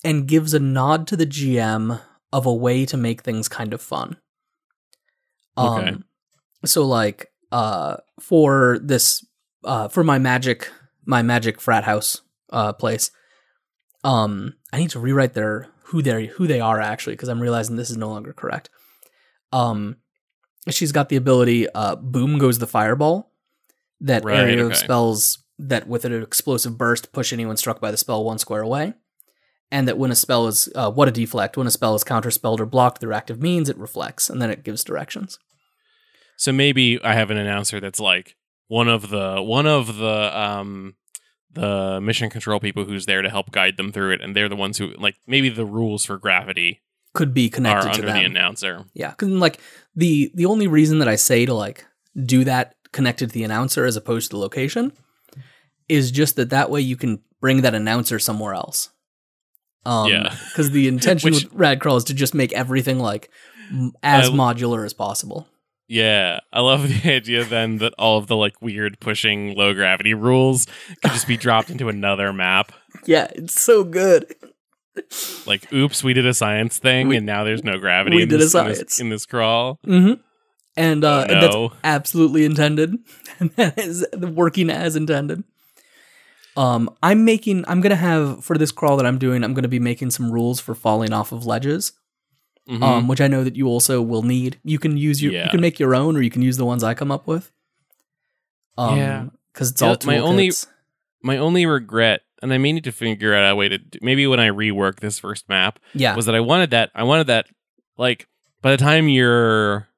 S1: and gives a nod to the GM of a way to make things kind of fun. Um,
S2: Okay.
S1: So like uh, for this uh, for my magic my magic frat house uh, place, um, I need to rewrite their who they who they are actually because I'm realizing this is no longer correct. Um, she's got the ability uh, boom goes the fireball that
S2: Right,
S1: area of
S2: okay.
S1: spells that with an explosive burst push anyone struck by the spell one square away and that when a spell is uh, what a deflect when a spell is counterspelled or blocked through active means it reflects and then it gives directions
S2: So maybe I have an announcer that's like one of the one of the um the mission control people who's there to help guide them through it, and they're the ones who like maybe the rules for gravity
S1: could be
S2: are
S1: connected to
S2: under the
S1: them
S2: announcer.
S1: yeah because like the the only reason that i say to like do that connected to the announcer as opposed to the location is just that that way you can bring that announcer somewhere else um
S2: Yeah.
S1: because
S2: (laughs)
S1: the intention
S2: Which-
S1: with rad crawl is to just make everything like m- as
S2: I-
S1: modular as possible
S2: Yeah, I love (laughs) the idea then that all of the like weird pushing low gravity rules could just
S1: (laughs)
S2: be dropped into another map.
S1: yeah it's so good
S2: Like, oops, we did a science thing,
S1: We-
S2: and now there's no gravity.
S1: we
S2: in
S1: did a
S2: this, in this-
S1: science.
S2: in this, crawl.
S1: hmm And uh,
S2: Oh,
S1: that's
S2: no.
S1: (laughs) absolutely intended. And that is working as intended. Um, I'm making. I'm gonna have for this crawl that I'm doing. I'm gonna be making some rules for falling off of ledges,
S2: Mhm.
S1: um, which I know that you also will need. You can use your.
S2: Yeah.
S1: You can make your own, or you can use the ones I come up with.
S2: Yeah.
S1: because it's
S2: Yeah,
S1: all
S2: my
S1: my
S2: only-
S1: only.
S2: My only regret, and I may need to figure out a way to do, maybe when I rework this first map,
S1: Yeah,
S2: was that I wanted that. I wanted that. Like by the time you're,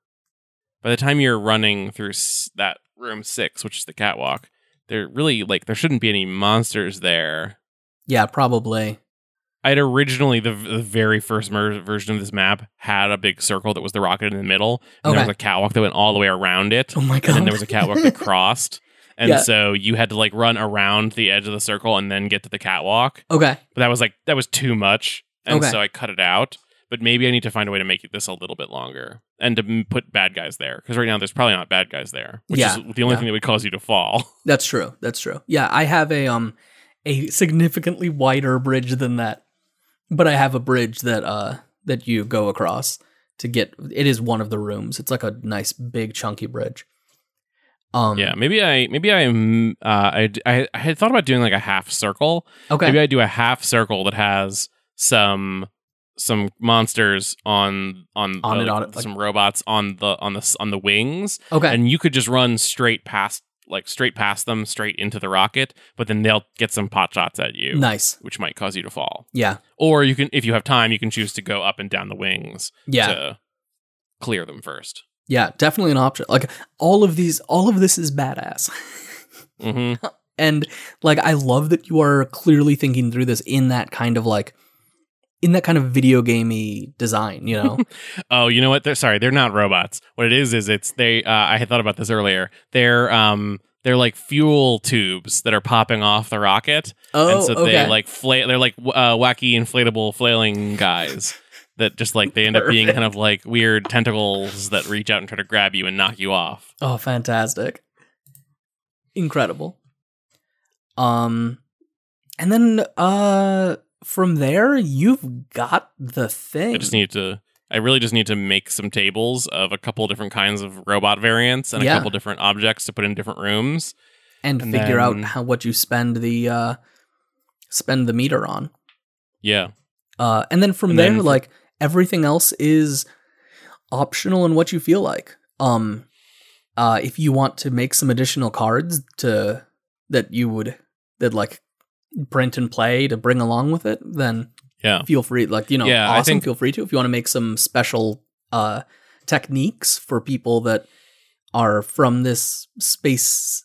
S2: by the time you're running through s- that room six, which is the catwalk, there really like there shouldn't be any monsters there.
S1: yeah, probably.
S2: I'd originally the, the very first mer- version of this map had a big circle that was the rocket in the middle, and there
S1: Okay.
S2: was a catwalk that went all the way around it,
S1: Oh my god.
S2: and then there was a catwalk
S1: (laughs)
S2: that crossed, and
S1: Yeah.
S2: so you had to like run around the edge of the circle and then get to the catwalk.
S1: okay.
S2: But that was like that was too much, and
S1: Okay.
S2: so I cut it out. But maybe I need to find a way to make this a little bit longer and to m- put bad guys there because right now there's probably not bad guys there, which
S1: Yeah,
S2: is the only
S1: yeah.
S2: thing that would cause you to fall. (laughs)
S1: That's true. That's true. Yeah, I have a um a significantly wider bridge than that. But I have a bridge that uh that you go across to get it is one of the rooms. It's like a nice big chunky bridge. Um
S2: yeah, maybe I maybe I mm, uh, I d- I I had thought about doing like a half circle.
S1: Okay.
S2: Maybe I do a half circle that has some some monsters on on,
S1: On
S2: the-
S1: it, on it, like-
S2: some robots on the on the s- on the wings,
S1: okay.
S2: (laughs) and you could just run straight past like straight past them, straight into the rocket. But then they'll get some pot shots at you,
S1: nice.
S2: which might cause you to fall.
S1: Yeah.
S2: Or you can, if you have time, you can choose to go up and down the wings
S1: Yeah.
S2: to clear them 1st
S1: yeah, definitely an option. Like all of these all of this is badass. (laughs)
S2: Mm-hmm. (laughs)
S1: and like I love that you are clearly thinking through this in that kind of like in that kind of video gamey design, you
S2: (laughs)
S1: know.
S2: Oh, you know what? They're sorry. They're not robots. What it is is it's they. Uh, I had thought about this earlier. They're um they're like fuel tubes that are popping off the rocket,
S1: oh,
S2: and so
S1: okay.
S2: they like fla- They're like w- uh, wacky inflatable flailing guys that just like they end up being kind of like weird tentacles that reach out and try to grab you and knock you off.
S1: Oh, fantastic. Incredible. Um and then uh from there you've got the thing.
S2: I just need to. I really just need to make some tables of a couple different kinds of robot variants and
S1: Yeah.
S2: a couple different objects to put in different rooms.
S1: and,
S2: and
S1: figure out
S2: then-
S1: how what you spend the uh spend the meter on.
S2: Yeah.
S1: Uh and then from
S2: And
S1: there
S2: then-
S1: like everything else is optional and what you feel like. Um uh if you want to make some additional cards to that you would that like print and play to bring along with it, then
S2: Yeah.
S1: feel free like you know
S2: Yeah, I
S1: awesome
S2: think-
S1: feel free to if you want to make some special uh techniques for people that are from this space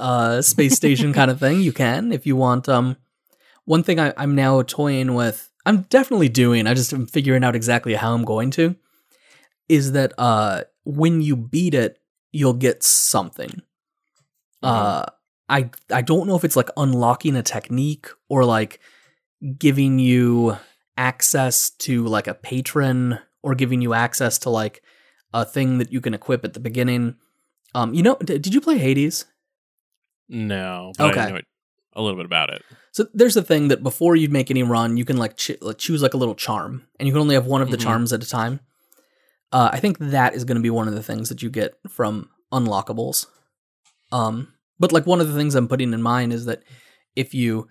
S1: uh space station kind of thing you can if you want um one thing I, i'm now toying with i'm definitely doing i just am figuring out exactly how i'm going to is that uh when you beat it you'll get something uh i i don't know if it's like unlocking a technique or like giving you access to like a patron or giving you access to like a thing that you can equip at the beginning um you know d- did you play hades
S2: No. But I
S1: Okay.
S2: know it, a little bit about it.
S1: so there's a thing that before you make any run you can like, ch- like choose like a little charm and you can only have one of the
S2: Mhm.
S1: charms at a time uh i think that is going to be one of the things that you get from unlockables um but like one of the things i'm putting in mind is that if you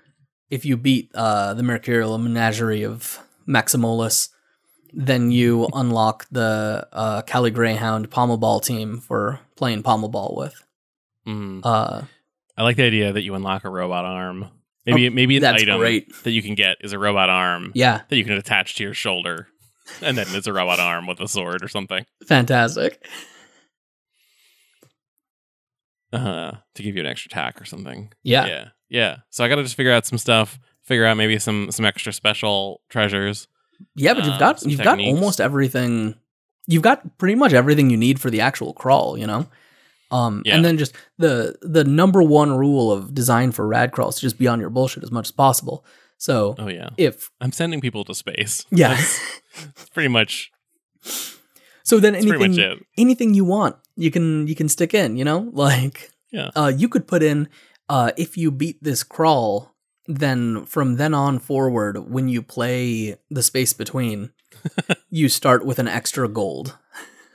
S1: if you beat uh the mercurial menagerie of maximolus then you unlock the uh cali greyhound pommel ball team for playing pommel ball with
S2: Mm.
S1: uh
S2: I like the idea that you unlock a robot arm. Maybe maybe an
S1: Oh, that's
S2: item
S1: great
S2: that you can get is a robot arm
S1: yeah
S2: that you can attach to your shoulder, and then it's a robot arm with a sword or something
S1: fantastic
S2: uh, to give you an extra attack or something.
S1: yeah
S2: yeah, yeah. So I got to just figure out some stuff. Figure out maybe some some extra special treasures.
S1: Yeah, but
S2: uh,
S1: you've got
S2: some
S1: you've got
S2: techniques.
S1: almost everything. You've got pretty much everything you need for the actual crawl, you know. Um,
S2: Yeah.
S1: and then just the the number one rule of design for rad crawls is just be on your bullshit as much as possible. So
S2: Oh yeah,
S1: if
S2: I'm sending people to space.
S1: (laughs) yeah,
S2: that's, that's pretty much
S1: so then
S2: that's pretty much
S1: anything
S2: it.
S1: anything you want, you can you can stick in, you know, (laughs) like
S2: Yeah.
S1: uh, you could put in uh, if you beat this crawl, then from then on forward,
S2: (laughs)
S1: when you play the space between, you start with an extra gold.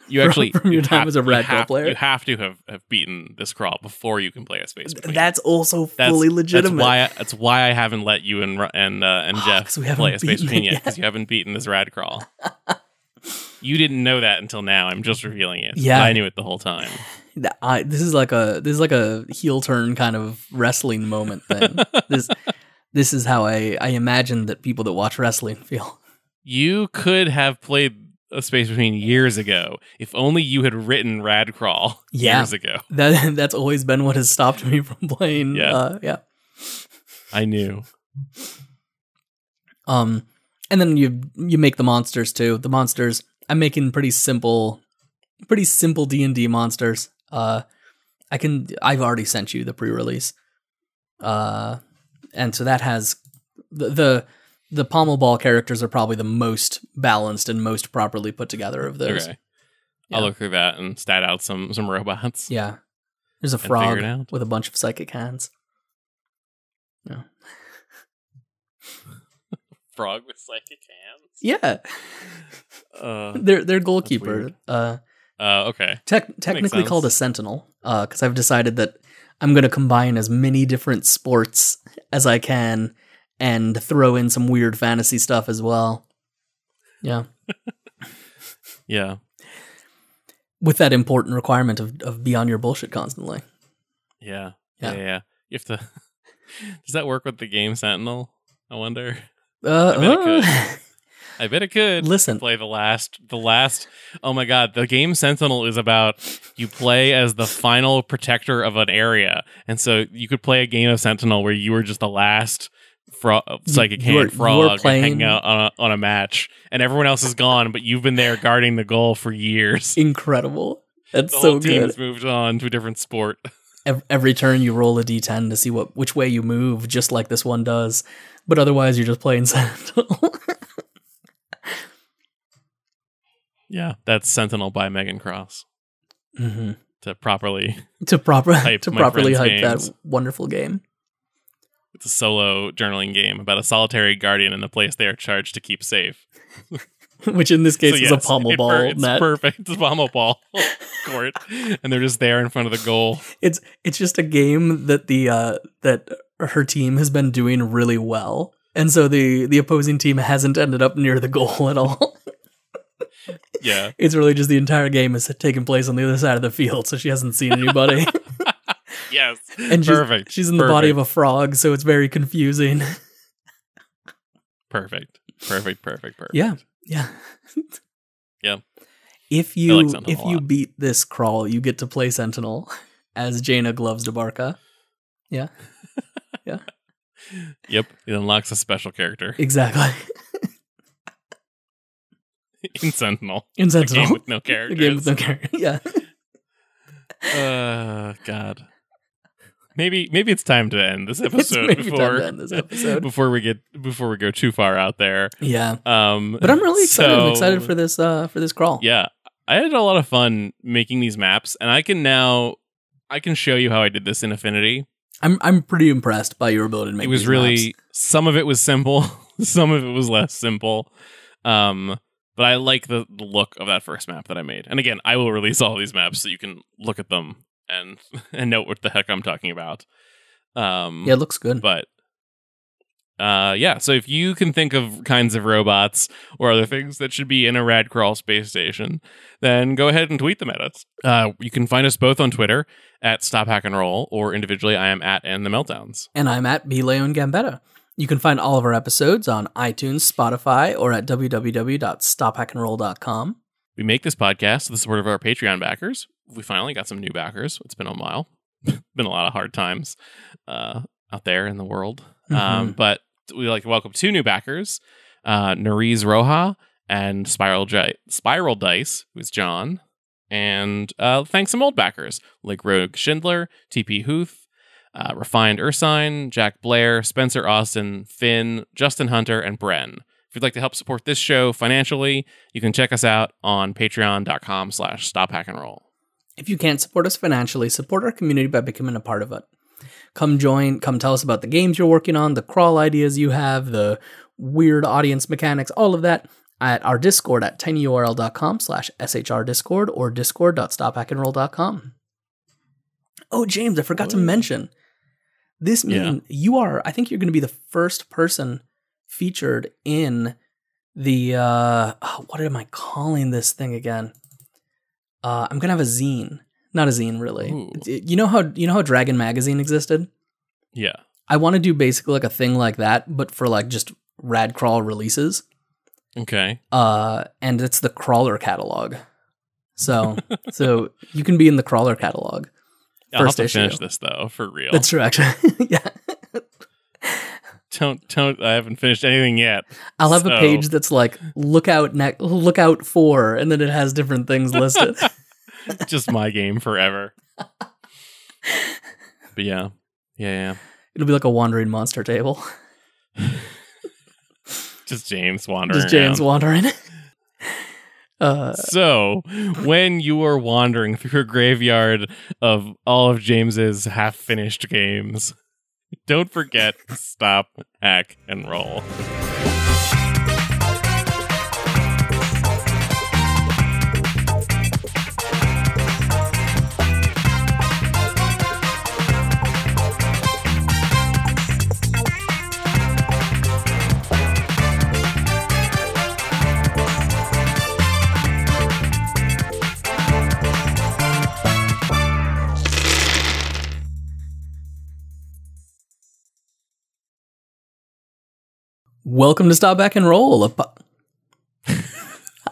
S2: You
S1: From- (laughs)
S2: actually
S1: from your
S2: you
S1: time
S2: have-
S1: as a
S2: you
S1: Red Bull
S2: have-
S1: player?
S2: You have to have, have beaten this crawl before you can play a space between.
S1: That's also
S2: That's-
S1: fully legitimate.
S2: That's why I, that's why I haven't let you and Ru- and uh, and
S1: Ah, (laughs)
S2: Jeff
S1: 'cause we haven't
S2: play a space
S1: beaten
S2: between
S1: it (laughs)
S2: yet because you haven't beaten this rad crawl. you didn't know that until now. I'm just revealing it.
S1: Yeah.
S2: I knew it the whole time.
S1: Th- I, this is like a this is like a heel turn kind of wrestling moment
S2: (laughs)
S1: thing. this this is how I I imagine that people that watch wrestling feel. (laughs)
S2: You could have played a space between years ago if only you had written rad crawl
S1: Yeah.
S2: years ago.
S1: That that's always been what has stopped me from playing.
S2: Yeah.
S1: uh, yeah.
S2: I knew.
S1: Um, and then you you make the monsters too. The monsters I'm making pretty simple, pretty simple D and D monsters. Uh, I can I've already sent you the pre-release. Uh, and so that has the the the pommel ball characters are probably the most balanced and most properly put together of (laughs) those.
S2: Okay.
S1: Yeah.
S2: I'll look through that and stat out some some robots.
S1: Yeah, there's a
S2: figure
S1: frog
S2: it out.
S1: with a bunch of psychic hands. No.
S2: Frog with psychic hands.
S1: (laughs) Yeah,
S2: Uh,
S1: they're they're goalkeeper.
S2: weird.
S1: Uh,
S2: uh, okay.
S1: Tec- technically
S2: sense.
S1: called a sentinel because I've decided that I'm going to combine as many different sports as I can and throw in some weird fantasy stuff as well. Yeah,
S2: Yeah.
S1: with that important requirement of of be on your bullshit constantly.
S2: Yeah.
S1: Yeah.
S2: Yeah. Yeah. yeah. You have to. (laughs) Does that work with the game Sentinel? I wonder.
S1: Uh,
S2: bet it could.
S1: uh,
S2: I bet it could.
S1: listen,
S2: Play the last, the last. Oh my god, the game Sentinel is about you play as the final protector of an area, and so you could play a game of Sentinel where you were just the last fro- psychic
S1: you were-
S2: hand
S1: you were
S2: frog
S1: playing-
S2: hanging out on a, on a match, and everyone else is gone, but you've been there guarding the goal
S1: (laughs)
S2: for
S1: (laughs)
S2: years.
S1: incredible. That's
S2: The
S1: so
S2: whole team
S1: good.
S2: has moved on to a different sport.
S1: Ev- Every turn you roll a d10 to see what which way you move, just like this one does. But otherwise, you're just playing (laughs) sentinel.
S2: Yeah, that's Sentinel by Megan Cross
S1: hmm
S2: to properly
S1: To proper
S2: Hype
S1: to
S2: Mm-hmm. my
S1: properly hype
S2: friend's games.
S1: that wonderful game.
S2: It's a solo journaling game about a solitary guardian in the place they are charged to keep safe.
S1: (laughs) which in this case
S2: So
S1: is
S2: yes,
S1: a pommel
S2: it per-
S1: ball
S2: it's
S1: net.
S2: perfect. It's a pommel ball (laughs) court, and they're just there in front of the goal.
S1: it's (laughs) it's just a game that the uh, that her team has been doing really well, and so the the opposing team hasn't ended up near the goal at all.
S2: Yeah,
S1: (laughs) it's really just the entire game has taken place on the other side of the field, so she hasn't seen
S2: (laughs)
S1: anybody,
S2: yes,
S1: and she's,
S2: perfect.
S1: she's in the body of a frog, so it's very confusing. (laughs)
S2: perfect, perfect, perfect, perfect.
S1: Yeah. Yeah.
S2: Yeah.
S1: If you
S2: like Sentinel
S1: if
S2: a
S1: you
S2: lot.
S1: beat this crawl, you get to play Sentinel as Jaina gloves Debarka. Yeah.
S2: Yep. It unlocks a special character
S1: Exactly. (laughs)
S2: (laughs) in Sentinel.
S1: In (laughs)
S2: A game
S1: Sentinel.
S2: with no
S1: A
S2: characters.
S1: game with no character. (laughs) Yeah.
S2: Uh, God. Maybe maybe it's time to end this
S1: (laughs) It's
S2: episode
S1: maybe time
S2: before
S1: to end this episode.
S2: (laughs) before we get before we go too far out there.
S1: Yeah.
S2: Um,
S1: But I'm really excited. I'm excited
S2: so-
S1: for this uh for this crawl.
S2: Yeah, I had a lot of fun making these maps, and I can now I can show you how I did this in Affinity.
S1: I'm I'm pretty impressed by your ability to make
S2: it was
S1: these
S2: really
S1: maps.
S2: some of it was simple, (laughs) some of it was less simple. Um, but I like the, the look of that first map that I made. And again, I will release all these maps so you can look at them and (laughs) and know what the heck I'm talking about. Um,
S1: Yeah, it looks good.
S2: but uh yeah so if you can think of kinds of robots or other things that should be in a rad crawl space station then go ahead and tweet them at us uh you can find us both on twitter at stop hack and roll or individually i am at and the meltdowns
S1: And I'm at B. Leon Gambetta. You can find all of our episodes on iTunes, Spotify, or at www.stophackandroll.com.
S2: we make this podcast with the support of our patreon backers we finally got some new backers it's been a while (laughs) been a lot of hard times uh out there in the world Um, but we like to welcome two new backers, uh, Nerese Roja and Spiral J- Spiral Dice, who's John. And uh, thanks some old backers like Rogue Schindler, TP Huth, uh, Refined Ursine, Jack Blair, Spencer Austin, Finn, Justin Hunter, and Bren. If you'd like to help support this show financially, you can check us out on patreon.com slash stop hack and roll.
S1: If you can't support us financially, support our community by becoming a part of it. Come join, come tell us about the games you're working on, the crawl ideas you have, the weird audience mechanics, all of that at our Discord at tinyurl.com slash shrdiscord or discord.stophackandroll.com. Oh, James, I forgot to
S2: Whoa.
S1: mention this
S2: Yeah.
S1: mean you are, I think you're going to be the first person featured in the, uh, oh, what am I calling this thing again? Uh, I'm going to have a zine. Not a zine, really.
S2: Ooh.
S1: It- You know how you know how Dragon Magazine existed?
S2: Yeah.
S1: I want to do basically like a thing like that, but for like just rad crawl releases.
S2: Okay.
S1: Uh, and it's the crawler catalog.
S2: (laughs)
S1: So so you can be in the crawler catalog.
S2: I'll have
S1: First
S2: to
S1: issue.
S2: finish this though, for real.
S1: That's true, actually. (laughs) yeah.
S2: don't don't I haven't finished anything (laughs) yet.
S1: I'll have a
S2: So-
S1: page that's like look out ne- look out for, and then it has different things
S2: (laughs)
S1: listed.
S2: Just my game (laughs) forever. But yeah. Yeah, yeah.
S1: It'll be like a wandering monster table. (laughs)
S2: Just James wandering.
S1: Just James
S2: around.
S1: wandering. (laughs) uh
S2: So, when you are wandering through a graveyard of all of James's half-finished games, don't forget to stop, hack, and roll.
S1: Welcome to Stop Back and Roll. a po- (laughs)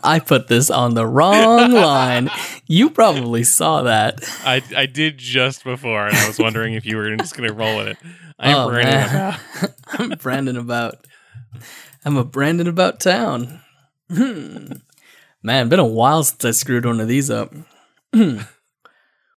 S1: I put this on the
S2: (laughs)
S1: wrong line. You probably saw that.
S2: I I did just before, and I was wondering if you were just going to roll with it. I'm
S1: Oh,
S2: Brandon.
S1: man.
S2: About.
S1: (laughs) I'm Brandon about. I'm a Brandon about town. Hmm. Man, been a while since I screwed one of these up. Hmm.